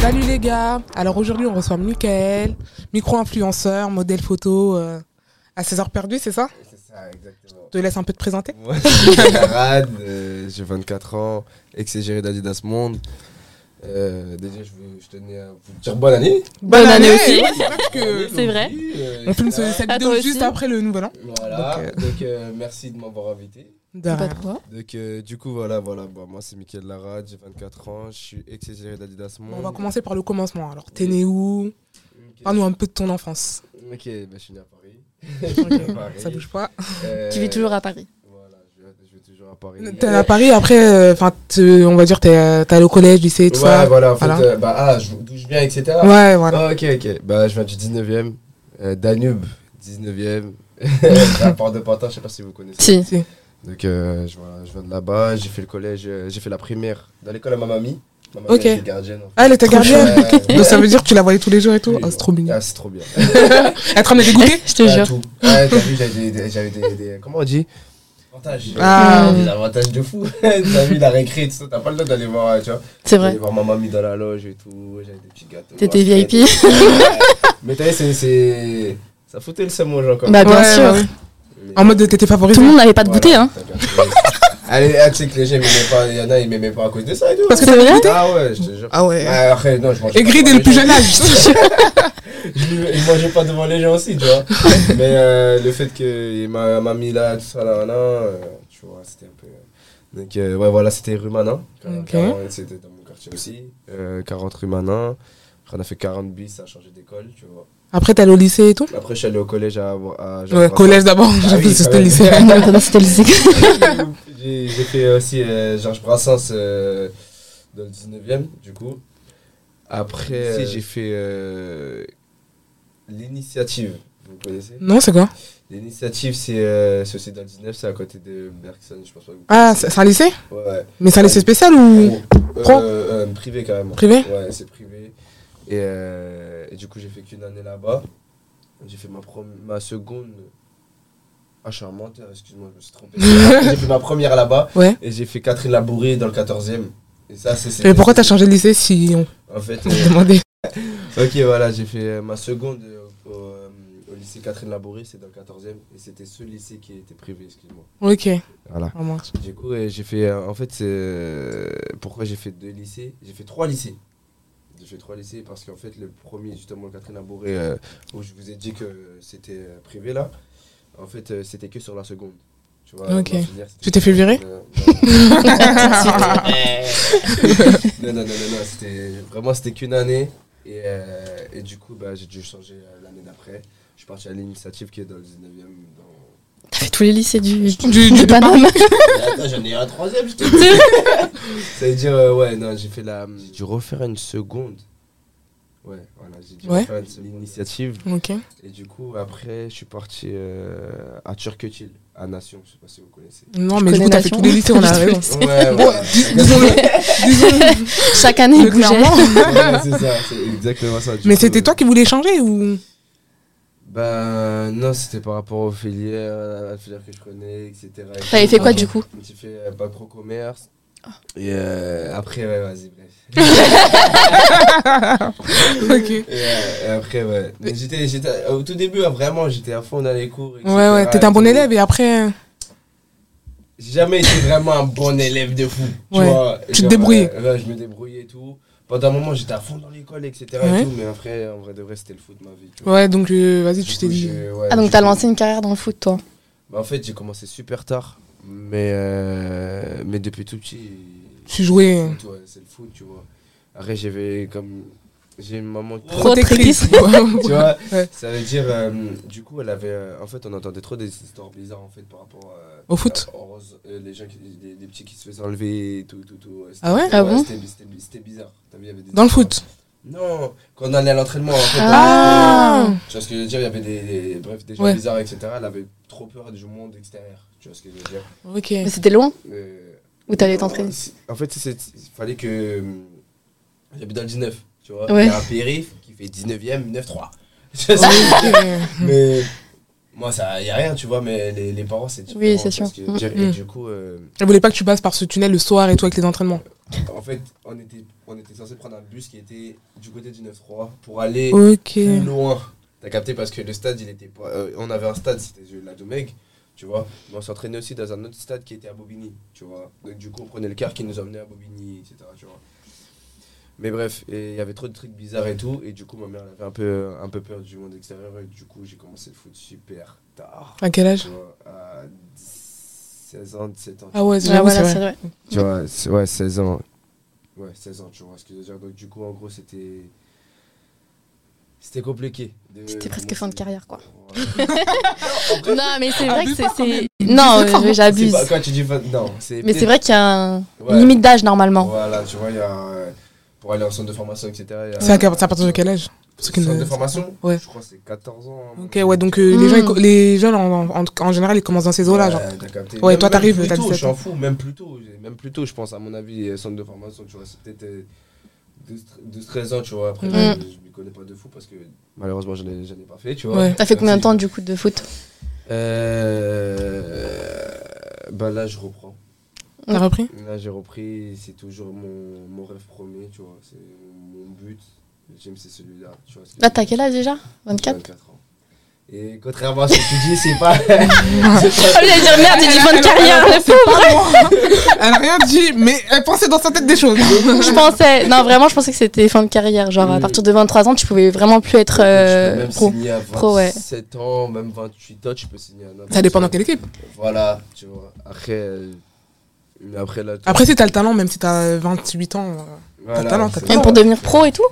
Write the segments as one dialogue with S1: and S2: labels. S1: Salut les gars Alors aujourd'hui on reçoit Michael, micro-influenceur, modèle photo euh, à 16 heures perdues, c'est ça
S2: C'est ça, exactement.
S1: Je te laisse un peu te présenter.
S2: Moi, je suis camarade, euh, j'ai 24 ans, ex-égéré d'Adidas Monde. Euh, déjà, je, veux- je tenais à vous dire bonne année.
S3: Bonne année aussi.
S1: Ouais, C'est vrai parce que
S3: C'est vrai.
S2: Euh,
S1: on filme ce-
S2: etc.
S1: cette
S3: À
S1: vidéo
S3: toi
S1: juste
S3: aussi.
S1: après le nouvel an.
S2: Voilà,
S1: Donc,
S2: donc, euh, merci de m'avoir invité.
S1: De
S3: Pas
S1: rien.
S3: de quoi.
S2: Donc, euh, du coup, voilà, voilà bah, moi c'est Mickaël Larade, j'ai 24 ans, je suis ex-égéré d'Adidas Monde.
S1: Bon, on va commencer par le commencement. Alors, t'es né où
S2: Ok,
S1: Parle-nous un peu de ton enfance.
S2: Ok, bah, je suis né à Paris.
S1: Ça bouge pas.
S2: Euh,
S3: Tu vis toujours à Paris.
S2: Voilà, je vis- je vis toujours à Paris.
S1: T'es à Paris, après, euh, enfin, on va dire, t'es euh, t'es allé au collège, lycée, tout
S2: Ouais,
S1: ça.
S2: voilà, en fait,
S1: Voilà.
S2: euh, bah, ah, je- d'où je viens, etc.
S1: Ouais, voilà.
S2: Ah, ok, ok. Bah, je viens du 19e. euh, Danube, 19e. Rapport de Pantin, je sais pas si vous connaissez.
S3: Si.
S2: Donc, euh, je, voilà, je viens de là-bas. J'ai fait le collège, euh, j'ai fait la primaire dans l'école à ma mamie. Ma mamie
S1: Ok.
S2: elle était gardienne. en
S1: Ah, elle était
S2: fait.
S1: gardienne
S2: Ouais,
S1: Donc ça veut dire que tu la voyais tous les jours et tout
S2: ouais.
S1: Ah, c'est trop mignon.
S2: Ah, c'est trop bien.
S1: Elle te ramenait des goûters
S3: Je te
S2: Ah,
S3: jure.
S2: tout. Ouais, t'as vu, j'avais des, j'avais des, des- Comment on dit Avantages.
S1: Ah.
S2: Des avantages de fou. t'as vu, la récré, tout ça. T'as pas le droit d'aller voir, euh, tu vois.
S3: C'est
S2: J'allais
S3: vrai.
S2: voir ma mamie dans la loge et tout. J'avais des petits gâteaux.
S3: T'étais VIP.
S2: Mais t'as vu, c'est- c'est. Ça foutait le seum aux gens quand même.
S3: Bah bien
S1: Ouais,
S3: sûr.
S1: ouais, ouais.
S2: Mais-
S1: En mode, t'étais favorisé
S3: Tout le monde n'avait pas de
S2: Voilà,
S3: goûter hein.
S2: t'as bien trouvé. Allez, ah, tu sais que les gens ils m'aimaient pas, il y en a ils m'aimaient pas à cause de ça et tout.
S1: Parce que
S3: C'est
S1: t'avais
S3: vrai
S1: goûté
S2: Ah ouais, je te jure.
S1: Ah ouais.
S2: Ah, après, non, je mangeais pas
S1: Aigri
S2: devant
S1: dès le
S2: les
S1: plus
S2: gens.
S1: jeune âge.
S2: Je ne mangeais pas devant les gens aussi, tu vois. Mais euh, le fait qu'il m'a m'a mis là, tout ça, là, là, là, euh, tu vois, c'était un peu. Donc, euh, ouais, voilà, c'était rue Manin.
S1: Ok.
S2: 40, C'était dans mon quartier aussi. Euh, 40 rue Manin. Après, on a fait 40 bis, ça a changé d'école, tu vois.
S1: Après, t'es allé au lycée et tout
S2: Après, je suis allé au collège à. à- à-
S1: Ouais, collège d'abord,
S2: Ah
S1: j'ai
S2: oui,
S1: vu que
S2: quand
S1: c'était
S2: même.
S1: lycée.
S3: Ah, non, non, c'était le lycée.
S2: j'ai j'ai fait aussi euh, Georges Brassens euh, dans le 19e, du coup. Après, euh, j'ai fait euh, l'initiative. Vous connaissez
S1: Non, c'est quoi
S2: L'initiative, c'est euh, c'est aussi dans le 19, c'est à côté de Bergson, je pense pas. que vous
S1: Ah,
S2: connaissez.
S1: c'est c'est un lycée
S2: Ouais.
S1: Mais c'est un lycée spécial ou
S2: Pro.
S1: Pro
S2: Euh, euh, privé, carrément.
S1: privé
S2: Ouais, c'est privé. Et, euh, et du coup, j'ai fait qu'une année là-bas. J'ai fait ma, prom- ma seconde. Ah, je suis un menteur, excuse-moi, je me suis trompé. j'ai fait ma première là-bas.
S1: Ouais.
S2: Et j'ai fait Catherine Labouré dans le 14e. Et ça, c'est.
S1: Mais pourquoi t'as changé de lycée si on
S2: En fait,
S1: te
S2: euh,
S1: demandait
S2: ok, voilà, j'ai fait euh, ma seconde euh, au, euh, au lycée Catherine Labouré, c'est dans le 14e. Et c'était ce lycée qui était privé, excuse-moi.
S1: Ok,
S2: Voilà.
S1: ça marche.
S2: Du coup, euh, j'ai fait. euh, en fait, c'est, euh, pourquoi j'ai fait deux lycées J'ai fait trois lycées. J'ai fait trois lycées parce qu'en fait, le premier, justement, le Catherine Labouré, euh, où je vous ai dit que c'était euh, privé là, en fait, euh, c'était que sur la seconde. Tu vois,
S1: Ok.
S2: ma filière, c'était-
S1: Tu t'es fait virer
S2: Euh, non. non, non, non, non, non, c'était vraiment c'était qu'une année. Et, euh, et du coup, bah, j'ai dû changer euh, l'année d'après. Je suis parti à l'initiative qui est dans le 19 e dans...
S3: T'as fait tous les lycées du,
S1: Du- du- de
S3: Paname.
S2: Et Attends, j'en ai un troisième, je te dis. Ça veut dire, euh, ouais, non, j'ai fait la. J'ai dû refaire une seconde. Ouais, voilà, j'ai dû
S1: Ouais.
S2: refaire une seconde initiative.
S1: Ok.
S2: Et du coup, après, je suis parti euh, à Turquetil, à Nation, je sais pas si vous connaissez.
S1: Non,
S3: Je
S1: mais du
S3: connais
S1: coup, t'as fait
S3: Nation.
S1: tous les lycées, on a
S3: Je
S1: raison.
S2: Ouais, ouais.
S1: Bon, dis- disons-le. Disons-le
S3: Chaque année, il bougeait.
S1: clairement.
S2: Ouais, c'est ça, c'est exactement ça. du
S1: Mais
S2: coup,
S1: c'était
S2: euh,
S1: toi qui voulais changer ou
S2: Bah non, c'était par rapport aux filières, à la filière que je connais, etc.
S3: T'avais fait quoi du coup
S2: J'ai fait euh, bac pro commerce.
S1: Ah.
S2: Et euh, après, ouais, vas-y, bref.
S1: Ok.
S2: Et, euh, et après, ouais. Mais j'étais, j'étais, au tout début, euh, vraiment, j'étais à fond dans les cours. etc.
S1: Ouais, ouais, t'étais un bon
S2: Et tout.
S1: élève et après,
S2: J'ai jamais été vraiment un bon élève de fou. Tu,
S1: Ouais.
S2: vois,
S1: Tu te débrouillais.
S2: euh, ouais, je me débrouillais et tout. Pendant un moment, j'étais à fond dans l'école, etc.
S1: Ouais.
S2: Et tout, mais après, en vrai de vrai, c'était le foot de ma vie. tu vois.
S1: ouais, donc euh, vas-y,
S2: Du
S1: tu
S2: coup,
S1: t'es dit.
S2: j'ai- ouais,
S3: Ah, donc
S2: j'ai
S3: t'as
S2: fait-
S3: lancé une carrière dans le foot, toi.
S2: Bah, en fait, j'ai commencé super tard, mais, euh, mais depuis tout petit.
S1: Tu jouais.
S2: foot, ouais, C'est le foot, tu vois. Après, j'avais comme. J'ai une maman.
S3: Trop
S1: Protectrice.
S2: Tu vois,
S1: Ouais.
S2: ça veut dire. euh, du coup, elle avait. euh, en fait, on entendait trop des histoires bizarres en fait par rapport. euh,
S1: Au foot
S2: à- aux- euh, les gens, qui, les, les petits qui se faisaient enlever et tout, tout, tout. euh, c'était-
S1: Ah ouais
S3: Ah bon
S2: c'était- C'était c'était bizarre. T'as vu, il y avait des
S1: Dans le
S2: histoires.
S1: foot.
S2: Non, quand on allait à l'entraînement. En fait,
S3: Ah.
S2: on- tu vois ce que je veux dire Il y avait des, des- bref, des gens
S1: Ouais.
S2: bizarres, etc. Elle avait trop peur du monde extérieur. Tu vois ce que je veux dire
S1: Ok.
S3: Mais c'était loin
S2: Euh,
S3: où t'allais t'entraîner
S2: si- En fait, c'est- c'est- il fallait que. euh, J'habite dans le 19, tu vois.
S3: Ouais.
S2: Il y a un périph qui fait 19ème, 9-3. Tu vois ce que je veux dire
S3: Mm.
S1: Ok.
S2: mais moi, ça, y a rien, tu vois, mais les, les parents, c'est
S3: Oui, c'est
S2: différent,
S3: sûr.
S2: parce que-
S3: Mm.
S2: dire- et
S1: Mm.
S2: du coup, euh,
S1: Elle voulait pas que tu passes par ce tunnel le soir et tout avec les entraînements.
S2: En fait, on était, on était censé prendre un bus qui était du côté du 9-3 pour aller
S1: Ok.
S2: plus loin. T'as capté parce que le stade, il était pas. euh, on avait un stade, c'était la Domeg, tu vois. Mais on s'entraînait aussi dans un autre stade qui était à Bobigny, tu vois. Donc, du coup, on prenait le car qui nous emmenait à Bobigny, etc. Tu vois. Mais bref, et il y avait trop de trucs bizarres et tout. Et du coup, ma mère elle avait un peu, un peu peur du monde extérieur. Et du coup, j'ai commencé le foot super tard.
S1: À quel
S2: Tu
S1: âge
S2: vois, à 16 ans, 17 ans.
S1: Ah ouais,
S3: Ah,
S1: j'avoue,
S3: voilà,
S1: c'est
S3: c'est
S1: vrai.
S3: vrai.
S2: Tu vois, c'est- ouais, 16 ans. Ouais, 16 ans, tu vois ce que je veux dire. Donc, du coup, en gros, c'était. C'était compliqué. de
S3: C'était presque fin de carrière, quoi.
S2: Ouais.
S3: Non, mais
S2: Ah,
S3: c'est vrai que
S1: Abuse pas
S3: c'est-
S1: quand même.
S3: c'est. Non,
S1: Abuse pas.
S3: je-
S2: C'est
S3: j'abuse.
S2: pas- Quand tu dis fin- Non, c'est.
S3: Mais c'est vrai qu'il y a un-
S2: Ouais.
S3: une limite d'âge normalement.
S2: Voilà, tu vois, il y a. euh, Pour aller en centre de formation, etc. il y a-
S1: C'est à quel- c'est à partir de quel âge Pour ceux qui ne-
S2: Centre de formation
S1: Ouais.
S2: Je crois que c'est 14 ans.
S1: Ok, ouais, donc euh, les,
S3: Mm.
S1: gens, ils co- les jeunes, en, en- en général, ils commencent dans ces eaux-là. genre.
S2: Ouais, Euh, t'as capté.
S1: Ouais,
S2: Même-
S1: toi,
S2: même
S1: t'arrives,
S2: plus
S1: t'as
S2: tôt,
S1: 17
S2: Je m'en fous, même plus tôt, j'ai- même plus tôt, je pense, à mon avis, euh, centre de formation, tu vois, c'est peut-être euh, 12, 12, 13 ans, tu vois. Après,
S1: Mm.
S2: je, je m'y connais pas de fou parce que malheureusement, j'en ai, j'en ai pas fait, tu vois.
S1: Ouais.
S3: T'as fait combien de temps du coup de foot
S2: euh... Bah là, je reprends.
S1: T'as repris
S2: Là, j'ai repris, c'est toujours mon, mon rêve premier, tu vois, c'est mon but. Le gym, c'est celui-là, tu vois. ce que
S3: Là,
S2: je
S3: t'as
S2: veux dire.
S3: quel âge déjà 24
S2: 24 ans. Et contrairement à ce que tu dis, c'est pas.
S3: Oh, il allait dire merde, il dit fin de carrière, le pauvre
S1: Elle a rien dit, mais elle pensait dans sa tête des choses.
S3: Je pensais. Non, vraiment, je pensais que c'était fin de carrière. Genre, à
S2: Mm.
S3: partir de 23 ans, tu pouvais vraiment plus être euh,
S2: tu peux même
S3: pro.
S2: signer à
S3: pro, ouais.
S2: 27 ans, même 28 ans, tu peux signer à n'importe
S1: Ça dépend dans
S2: quel-
S1: quelle équipe.
S2: Voilà, tu vois. Après, euh, mais après là, tu-
S1: Après, si t'as le talent, même si t'as 28 ans. euh,
S2: voilà,
S1: talent, t'as
S2: c'est-
S1: talent.
S3: Même pour devenir pro et tout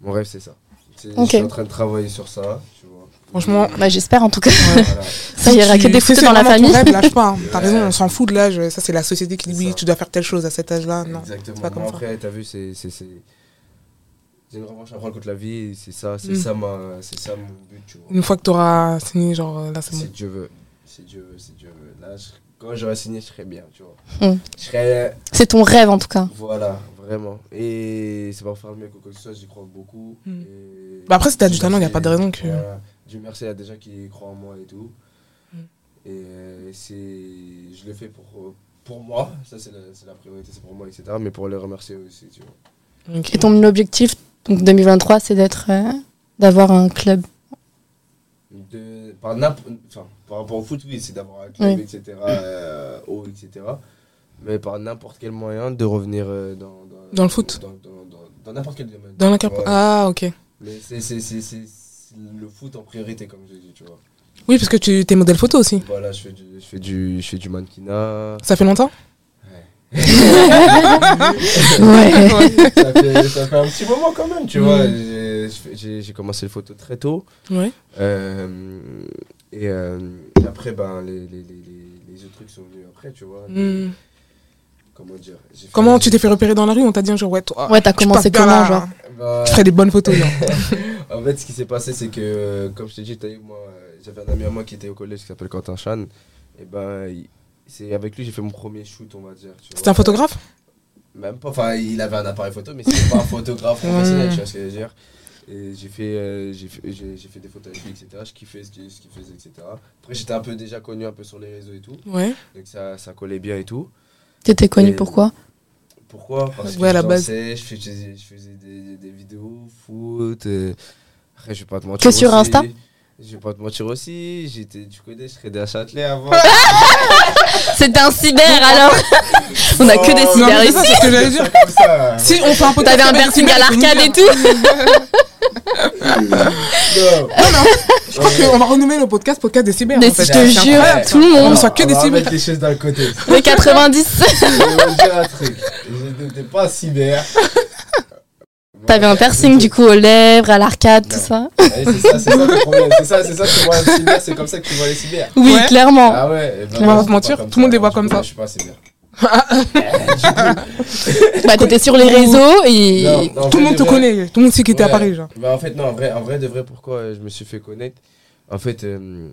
S2: Mon rêve, c'est ça. C'est-
S3: Ok.
S2: Je suis en train de travailler sur ça, tu vois.
S1: Franchement,
S3: Bah, j'espère en tout cas.
S1: ouais.
S2: Voilà.
S3: Ça, il y aura
S1: Si
S3: que
S1: tu-
S3: des
S1: si
S3: footeux
S1: c'est
S3: dans la
S1: vraiment ton
S3: famille.
S1: rêve, lâche pas. hein. T'as
S2: Ouais.
S1: raison, on s'en fout de l'âge. Ça, c'est la société qui dit
S2: C'est
S1: oui,
S2: ça.
S1: tu dois faire telle chose à cet âge-là. Ah, Non.
S2: Exactement.
S1: c'est pas comme
S2: Moi,
S1: ça.
S2: après, t'as vu, c'est. c'est- c'est- J'ai une revanche à prendre contre la vie, et c'est ça, c'est
S1: Mm.
S2: ça, ma, c'est ça mon but, tu vois.
S1: Une fois que t'auras signé, genre euh, là, c'est
S2: Si
S1: bon.
S2: Dieu veut, si Dieu veut, si Dieu veut. Là, je- quand j'aurais signé, je serais bien, tu vois.
S3: Mm.
S2: Je serais
S3: C'est ton rêve en tout cas.
S2: Voilà, vraiment. Et c'est pas pour faire le mec ou quoi que ce soit, j'y crois beaucoup.
S1: Mm.
S2: Et
S1: Bah après, si t'as du
S2: Dieu
S1: talent, y a
S2: merci,
S1: pas de raison que-
S2: voilà. Dieu merci, il y a des gens qui croient en moi et tout.
S1: Mm.
S2: Et euh, c'est, je le fais pour, euh, pour moi, ça c'est la, c'est la priorité, c'est pour moi, etc. Mais pour les remercier aussi, tu vois.
S1: Ok.
S3: Et ton objectif, donc 2023, c'est d'être. euh, d'avoir un club.
S2: De, par, n'imp- enfin, par rapport au foot, oui, c'est d'avoir un club,
S3: Oui.
S2: etc., euh, haut, etc. Mais par n'importe quel moyen de revenir euh, dans,
S1: Dans le foot.
S2: Dans, dans- dans- dans n'importe quel domaine.
S1: Dans la
S2: tu
S1: cap.
S2: vois.
S1: Ah, ok.
S2: Mais c'est c'est- c'est- c'est- c'est le foot en priorité, comme je dis, tu vois.
S1: Oui, parce que tu t'es modèle photo aussi.
S2: Voilà, je fais du, je fais du, je fais du mannequinat.
S1: Ça fait longtemps
S3: Ouais.
S2: ça, fait, ça fait un petit moment quand même, tu vois.
S1: Mm.
S2: J'ai- je fais- J'ai j'ai commencé le photo très tôt.
S1: Ouais.
S2: Euh, et, euh, et après, ben, les, les, les, les, les autres trucs sont venus après, tu vois.
S1: Hmm.
S2: Comment dire J'ai fait-
S1: Comment tu t'es fait repérer dans la rue On t'a dit, genre, ouais, toi.
S3: Ouais, t'as
S1: tu
S3: commencé
S1: passes bien là,
S3: comment, genre
S2: Ben,
S1: Tu ferais des bonnes photos, genre.
S2: En fait, ce qui s'est passé, c'est que, euh, comme je t'ai dit, t'as eu, moi, euh, j'avais un ami à moi qui était au collège qui s'appelle Quentin Chan. Et ben, il- c'est avec lui j'ai fait mon premier shoot, on va dire. tu
S1: C'est
S2: vois.
S1: un photographe
S2: Même pas, enfin, il avait un appareil photo, mais c'était pas un photographe professionnel,
S1: Mm.
S2: tu vois ce que je veux dire. Et j'ai fait, euh, j'ai fait, j'ai- j'ai fait des photos avec lui, etc. Je kiffais ce qu'il ce qu'il faisait, etc. Après, j'étais un peu déjà connu un peu sur les réseaux et tout.
S1: Ouais.
S2: Donc ça, ça collait bien et tout.
S3: T'étais connu
S2: Et-
S3: pourquoi
S2: Pourquoi Parce que
S1: Ouais, à
S2: je
S1: la base.
S2: dansais, je faisais, je faisais des, des vidéos, foot. euh, Après, je vais pas te mentir.
S3: Que sur
S2: aussi.
S3: Insta
S2: Je vais pas te mentir aussi. J'étais, tu connais, je traînais à Châtelet avant.
S3: C'était un cyber alors On a que des
S2: Oh,
S1: Non,
S3: cyber
S1: mais c'est ça,
S3: ici
S1: c'est ce que j'allais dire.
S2: Comme ça.
S1: Si on fait un podcast.
S3: T'avais un
S1: avec
S3: Bercy à
S1: Simon, c'est
S3: l'arcade
S1: mignon.
S3: et tout
S2: Non.
S1: Je crois qu'on va renommer le podcast podcast des cyber.
S3: Mais
S1: en fait.
S3: je te
S1: C'est incroyable,
S3: jure,
S1: ça.
S3: tout le
S1: On
S3: monde
S1: soit que
S2: on
S1: des
S2: va
S1: cyber.
S2: remettre les choses d'un côté.
S3: Le 90
S2: Je vais vous dire un truc. Je n'étais pas cyber.
S3: T'avais un piercing du coup aux lèvres, à l'arcade, tout
S2: Non.
S3: ça
S2: Ouais, c'est ça, c'est ça le problème. C'est ça, c'est ça que tu vois un cyber. C'est comme ça que tu vois les cyber.
S3: Oui,
S1: Ouais.
S3: clairement
S2: Ah ouais. eh ben,
S1: On va
S2: moi,
S1: pas
S2: je
S1: se mentir,
S2: suis comme
S1: tout le monde les voit
S2: Du
S1: comme
S2: coup,
S1: ça.
S2: moi, Je suis pas cyber. Eh, du coup,
S3: Bah t'étais sur les réseaux et...
S2: non, non, en
S1: Tout
S2: vrai,
S1: le monde
S2: de
S1: te
S2: vrai-
S1: connaît. Tout le monde sait qui était à
S2: Ouais.
S1: Paris, genre.
S2: Bah, en fait, non, en vrai, en vrai, de vrai, pourquoi euh, je me suis fait connaître En fait, euh,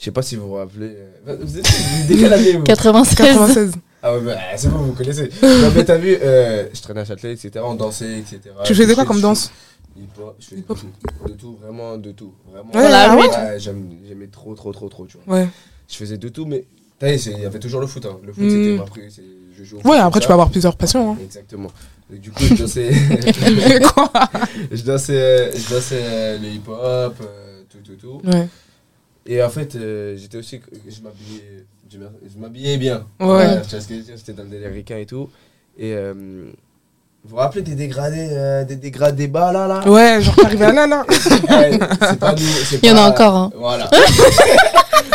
S2: je sais pas si vous vous rappelez. euh, Vous êtes de quelle année, vous
S3: 96
S1: 96.
S2: Ah ouais, bah, c'est bon, vous connaissez. Non, mais t'as vu, euh, je traînais à Châtelet, etc. On dansait, etc.
S1: Tu faisais quoi comme danse
S2: Hip-hop, je faisais de
S1: Hip-hop.
S2: tout. De tout, vraiment, de tout. Vraiment.
S1: Ouais,
S3: la
S1: ah ouais.
S2: Ouais, j'aime- j'aimais trop, trop, trop, trop, tu vois.
S1: Ouais.
S2: Je faisais de tout, mais T'as vu, c'est- il y avait toujours le foot. hein. Le foot,
S1: Mm.
S2: c'était ma pré- c'est- je joue au foot
S1: Ouais,
S2: comme
S1: après,
S2: ça.
S1: tu peux avoir plusieurs passions. hein.
S2: Exactement. Et du coup, je dansais,
S1: Mais quoi
S2: je dansais, euh, je dansais, euh, le hip-hop, euh, tout, tout, tout.
S1: Ouais.
S2: Et en fait, euh, j'étais aussi. Je m'habillais, je m'ha- je m'habillais bien.
S1: Ouais.
S2: tu vois ce que je veux dire, J'étais dans le délire ricain et tout. Et euh, vous vous rappelez des dégradés, euh, des dégradés bas là là
S1: Ouais, genre, t'arrives à là, là.
S2: Ouais, c'est pas nous, c'est
S3: Il y en
S2: pas-
S3: a encore, hein.
S2: Voilà.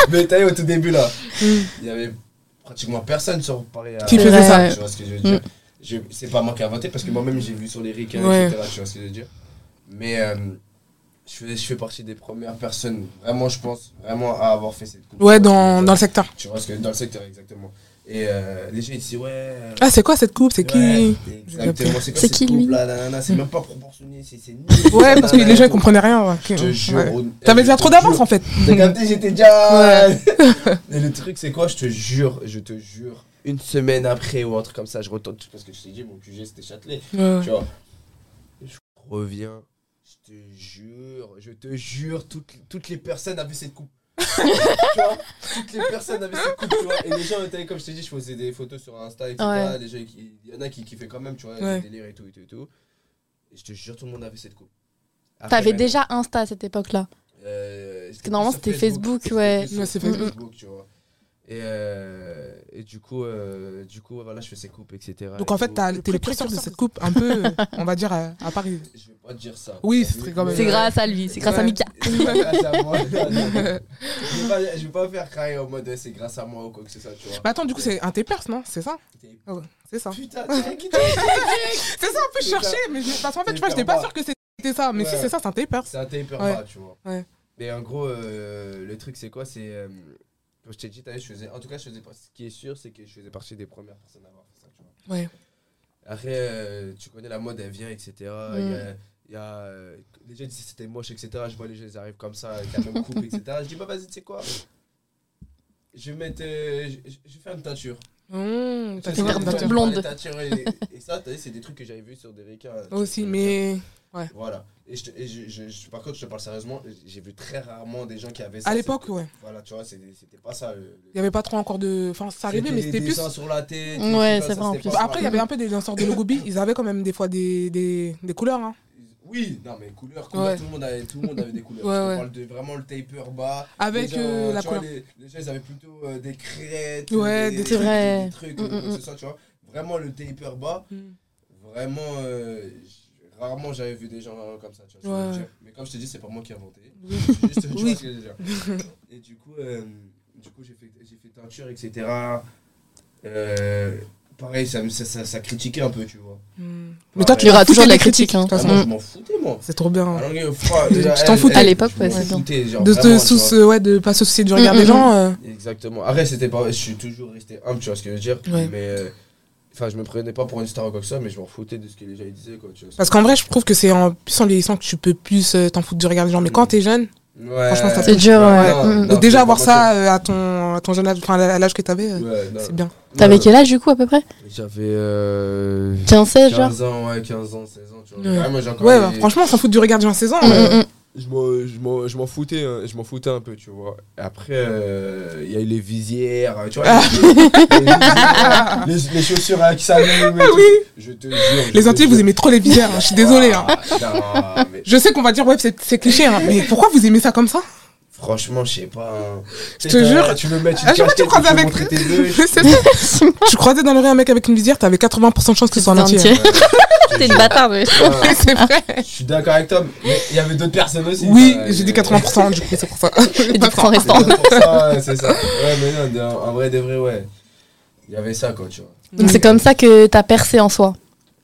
S2: Mais t'as vu, au tout début là, il y avait pratiquement personne sur Paris. à-
S1: Mm. Qui faisait Mm.
S3: ça.
S2: Tu vois ce que je veux dire Je- C'est pas moi qui ai inventé parce que moi-même j'ai vu sur les ricains,
S1: Ouais.
S2: etc. Tu vois ce que je veux dire Mais euh, je, fais, je fais partie des premières personnes, vraiment, je pense, vraiment à avoir fait cette coupe.
S1: Ouais, dans, dans le secteur.
S2: Tu vois ce que dans le secteur exactement. Et euh, les gens ils disent ouais. euh,
S1: Ah, c'est quoi cette coupe C'est
S2: ouais,
S1: qui
S2: Exactement. C'est quoi
S3: C'est
S2: cette
S3: qui,
S2: coupe,
S3: lui
S2: là, nanana, C'est même pas proportionné, c'est c'est nul.
S1: Ouais, parce que les gens, ils
S2: Nanana,
S1: comprenaient rien. ouais.
S2: Je te jure.
S1: Ouais.
S2: on-
S1: T'avais
S2: je
S1: déjà
S2: te
S1: trop d'avance,
S2: jure.
S1: en fait.
S2: T'as capté, j'étais déjà. Mais le truc, c'est quoi Je te jure, je te jure. Une semaine après ou un truc comme ça, je retourne. Parce que je t'ai dit, mon QG c'était Châtelet.
S1: Ouais.
S2: Tu vois. Je reviens. Je te jure, je te jure, toutes, toutes les personnes avaient cette coupe. tu vois Toutes les personnes avaient cette coupe, tu vois. Et les gens étaient, comme je t'ai dit, je faisais des photos sur Insta, etc.
S3: Ouais.
S2: Les gens, qui- il y en a qui kiffaient quand même, tu vois,
S1: Ouais.
S2: les délires et tout, et tout, et tout. Et je te jure, tout le monde avait cette coupe. Après,
S3: T'avais
S2: maintenant,
S3: déjà Insta à cette époque-là.
S2: euh,
S3: que normalement,
S2: plus sur
S3: c'était Facebook,
S2: C'était
S3: ouais.
S2: plus
S1: Ouais,
S2: sur
S1: c'est Facebook.
S2: Facebook, tu vois. Et, euh, et du coup, euh, du coup, voilà, je fais ces coupes, etc.
S1: Donc
S2: et
S1: en fait,
S2: tout.
S1: t'as- t'es le précurseur de cette coupe, un peu, euh, on va dire, à, à Paris.
S2: Je vais pas dire ça.
S1: Oui,
S2: T'as
S1: ce
S2: vu
S1: serait quand même-
S3: C'est
S1: Ouais.
S3: grâce à lui, c'est grâce à
S1: Ouais.
S3: Mika.
S2: C'est pas grâce à moi. Non, non,
S1: Bah,
S2: non. Je vais pas- je vais pas faire craquer en mode eh, c'est grâce à moi ou quoi que ce soit, tu vois.
S1: Bah attends, du coup, c'est un de tes perses, non C'est ça
S2: T'es-
S1: Ouais, C'est ça.
S2: Putain, t'es un qui t'es-
S1: C'est ça, en plus, je cherchais, mais je- parce qu'en fait, tu vois, j'étais pas sûr que c'était ça, mais si
S2: Ouais.
S1: c'est ça, c'est un de tes perses.
S2: C'est un taper
S1: Ouais.
S2: bas, tu vois.
S1: Ouais.
S2: Mais en gros, euh, le truc, c'est quoi C'est. euh, comme je t'ai dit, t'as vu, je faisais. En tout cas, je faisais pas- Ce qui est sûr, c'est que je faisais partie des premières personnes à avoir fait ça, tu vois.
S1: Ouais.
S2: Après, euh, tu connais la mode, elle vient, etc. Il y a.
S1: Mm.
S2: il y a, euh, les gens disent c'était moche, etc. Je vois les gens, ils arrivent comme ça, avec la même coupe, etc. Je dis, bah vas-y, tu sais quoi Je vais mettre. euh, je, je- je vais faire une teinture.
S1: Mmh, t'as
S2: Tu
S1: fait
S2: sais,
S1: comme
S2: quand
S1: ça.
S2: tu
S3: blonde.
S2: parles des teintures Et, et ça, t'as vu, c'est des trucs que j'avais vu sur des requins. tu vois,
S1: Aussi,
S2: sur les
S1: mais
S2: voilà. Et, je, te- et je, je- je- par contre, je te parle sérieusement, j'ai vu très rarement des gens qui avaient ça.
S1: à l'époque, ouais.
S2: C'est- Voilà, tu vois, c'était c'était pas ça. le-
S1: Il y avait pas trop encore de. Enfin, ça arrivait, mais c'était
S2: des
S1: plus.
S2: dessins sur la tête. des
S3: Ouais,
S2: trucs comme
S3: c'est
S2: ça,
S3: vrai, en
S2: c'était
S3: plus.
S2: pas
S1: Bah,
S2: ça.
S1: après, il y avait un peu des lanceurs de logobi, ils avaient quand même des fois des, des, des couleurs. Hein.
S2: Oui, non, mais couleurs, couleurs,
S1: Ouais.
S2: tout, le monde avait, tout le monde avait des couleurs.
S1: Ouais,
S2: Je te
S1: ouais.
S2: parle de vraiment le taper bas.
S1: Avec
S2: les gens,
S1: euh, la
S2: tu vois,
S1: couleur.
S2: les, les gens, ils avaient plutôt euh, des crêtes.
S1: Ouais, des
S2: des,
S3: trucs.
S2: trucs.
S3: Ouais.
S2: Des trucs,
S3: Mm,
S2: euh,
S3: mm,
S2: quoi que
S3: mm.
S2: ce soit, tu vois. Vraiment le taper bas.
S1: Mm.
S2: Vraiment, euh, j- rarement j'avais vu des gens euh, comme ça. Tu vois, ce que
S1: Ouais.
S2: je veux dire. Mais comme je te dis, c'est pas moi qui ai inventé.
S1: Oui.
S2: Juste, tu vois
S1: Oui.
S2: ce que je veux dire. Et du coup, euh, du coup j'ai fait, j'ai fait teinture, etc. Euh, pareil, ça, me- ça, ça, ça critiquait un peu, tu vois.
S1: Mm.
S2: Ouais.
S1: Mais toi,
S2: Il
S1: tu
S2: y
S3: aura
S1: foutais
S3: toujours de la
S1: les critiques,
S3: critique, hein.
S1: de toute
S2: Ah,
S1: façon.
S2: moi, je m'en foutais, moi.
S1: C'est trop bien.
S2: À longuais, au froid,
S1: Tu
S2: déjà,
S1: t'en
S2: elle-
S1: foutais.
S2: elle,
S3: À l'époque,
S2: je
S3: ouais,
S2: m'en
S3: c'est bien.
S2: foutais, genre,
S1: De
S2: vraiment,
S1: te
S2: tu vois.
S1: souci- ouais, de pas se soucier du regard
S3: Mm,
S1: des
S3: mm,
S1: gens. euh,
S2: Exactement. Après, c'était pas. Je suis toujours resté humble, tu vois ce que je veux dire.
S1: Ouais.
S2: Mais. euh, Enfin, je me prenais pas pour une star ou quoi que ça, mais je m'en foutais de ce que les gens ils disaient, quoi. Tu vois.
S1: Parce qu'en vrai, je trouve que c'est en plus en vieillissant que tu peux plus euh, t'en foutre du regard des gens. Mais quand t'es jeune,
S2: Ouais.
S1: franchement, ça
S3: C'est dur, ouais.
S2: Non,
S3: Mm.
S2: non, c'est
S1: déjà
S2: pas
S1: avoir
S2: moi
S1: ça euh, à ton, à ton jeune âge, enfin à l'âge que t'avais,
S2: qui-
S1: euh,
S2: Ouais, non.
S1: c'est bien.
S3: T'avais
S2: Non,
S3: quel âge du coup à peu près
S2: J'avais. euh,
S3: 15, 16 genre
S2: 15 ans, ouais, 15 ans, 16 ans, tu vois.
S1: Ouais.
S2: Ouais, moi, j'ai encore
S1: Ouais,
S2: les-
S1: bah, franchement, on s'en fout du regard des gens à 16 ans.
S3: Mm,
S1: euh,
S3: mm, mm.
S2: je m'en- je m'en- je m'en foutais, hein, je m'en foutais un peu, tu vois. Et Après, euh, il y a eu les visières, tu vois. les, les- les- les chaussures à qui s'allument. et tout. Je te jure. je
S1: Ah Les
S2: te
S1: Antilles, vous
S2: jure.
S1: aimez trop les visières, hein, je suis désolée. hein.
S2: Ah, non, mais
S1: Je sais qu'on va dire, ouais, c'est c'est cliché, hein, mais pourquoi vous aimez ça comme ça
S2: franchement, je sais pas. hein.
S1: Je te
S2: Peut-être,
S1: jure.
S2: euh, Tu le mets, tu
S1: Ah, je vois, tu
S2: tu
S1: croises avec.
S2: montrer tes deux.
S1: C'est ça. Tu croisais dans le rue un mec avec une visière, t'avais 80% de chance qu'il soit un
S3: T'es
S1: entier.
S3: entier. T'es une bâtarde, ouais.
S2: Ah,
S1: C'est vrai.
S2: Je suis d'accord avec toi, mais il y avait d'autres personnes aussi.
S1: Oui,
S2: ça,
S1: j'ai
S2: euh,
S1: dit 80%, du coup, c'est pour ça.
S3: Et du coup, en
S2: C'est
S3: restant.
S2: bien pour ça, ouais, c'est ça. Ouais, mais non, de- en vrai, de vrai, ouais. Il y avait ça, quoi, tu vois.
S3: Donc c'est comme ça que t'as percé en soi.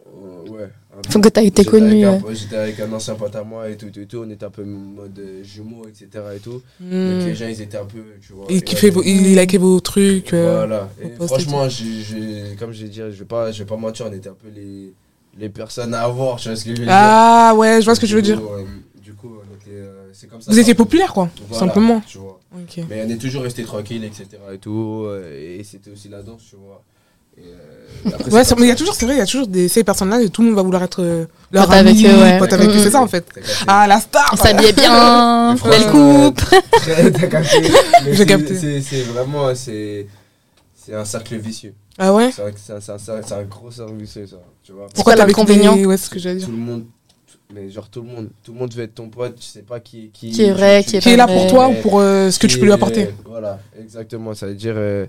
S2: Euh, ouais. un peu.
S3: Faut que t'as été
S2: J'étais avec
S3: connu.
S2: un
S3: euh.
S2: pote- J'étais avec un ancien pote à moi et tout, tout, tout. On était un peu mode euh, jumeaux, etc. Et tout. Donc les
S1: Mm.
S2: gens, ils étaient un peu, tu vois.
S1: Il kiffait,
S2: ouais,
S1: vos- il likait vos trucs. euh,
S2: Voilà. Et
S1: vos posts et
S2: franchement, j'ai- j'ai- comme je vais dire, je vais pas, je vais pas mentir, on était un peu les, les personnes à avoir, tu vois ce que je veux dire.
S1: Ah ouais, je vois ce que
S2: Du
S1: tu veux
S2: coup,
S1: dire.
S2: euh, du coup, on était, euh, c'est comme ça.
S1: Vous étiez
S2: Enfin,
S1: populaire, quoi,
S2: voilà,
S1: simplement.
S2: Tu vois.
S1: Ok.
S2: Mais on est toujours resté tranquille, etc. Et tout. euh, Et c'était aussi la danse, tu vois. Et, euh, après,
S1: Ouais, c'est-
S2: c'est comme
S1: mais il y a
S2: ça.
S1: toujours, c'est vrai, il y a toujours des, ces personnes-là et tout le monde va vouloir être euh, leur
S3: Pote avec
S1: ami,
S3: eux, ouais.
S1: pote avec eux,
S3: Mm,
S1: c'est
S3: mm.
S1: ça en fait.
S2: T'as capté.
S1: Ah, la star
S3: On s'habillait bien,
S2: Mais
S3: belle
S2: franchement,
S3: coupe.
S2: euh, très- T'as capté. Mais
S1: J'ai
S2: c'est-
S1: capté.
S2: c'est- C'est vraiment. C'est C'est un cercle vicieux.
S1: Ah ouais
S2: C'est un, c'est un- c'est un cercle- c'est un gros cercle vicieux, ça. Tu vois
S3: C'est quoi
S1: t'as vécu
S3: l'inconvénient
S1: des- Ouais, c'est ce que j'allais
S2: Tout
S1: dire.
S2: le monde, tout- mais genre tout le monde, tout le monde veut être ton pote, tu sais pas qui qui,
S3: Qui est vrai, qui est
S1: Qui est là
S3: Ouais.
S1: pour toi ou pour euh, ce que tu peux lui
S2: Et,
S1: apporter
S2: euh, Voilà, exactement. Ça veut dire euh,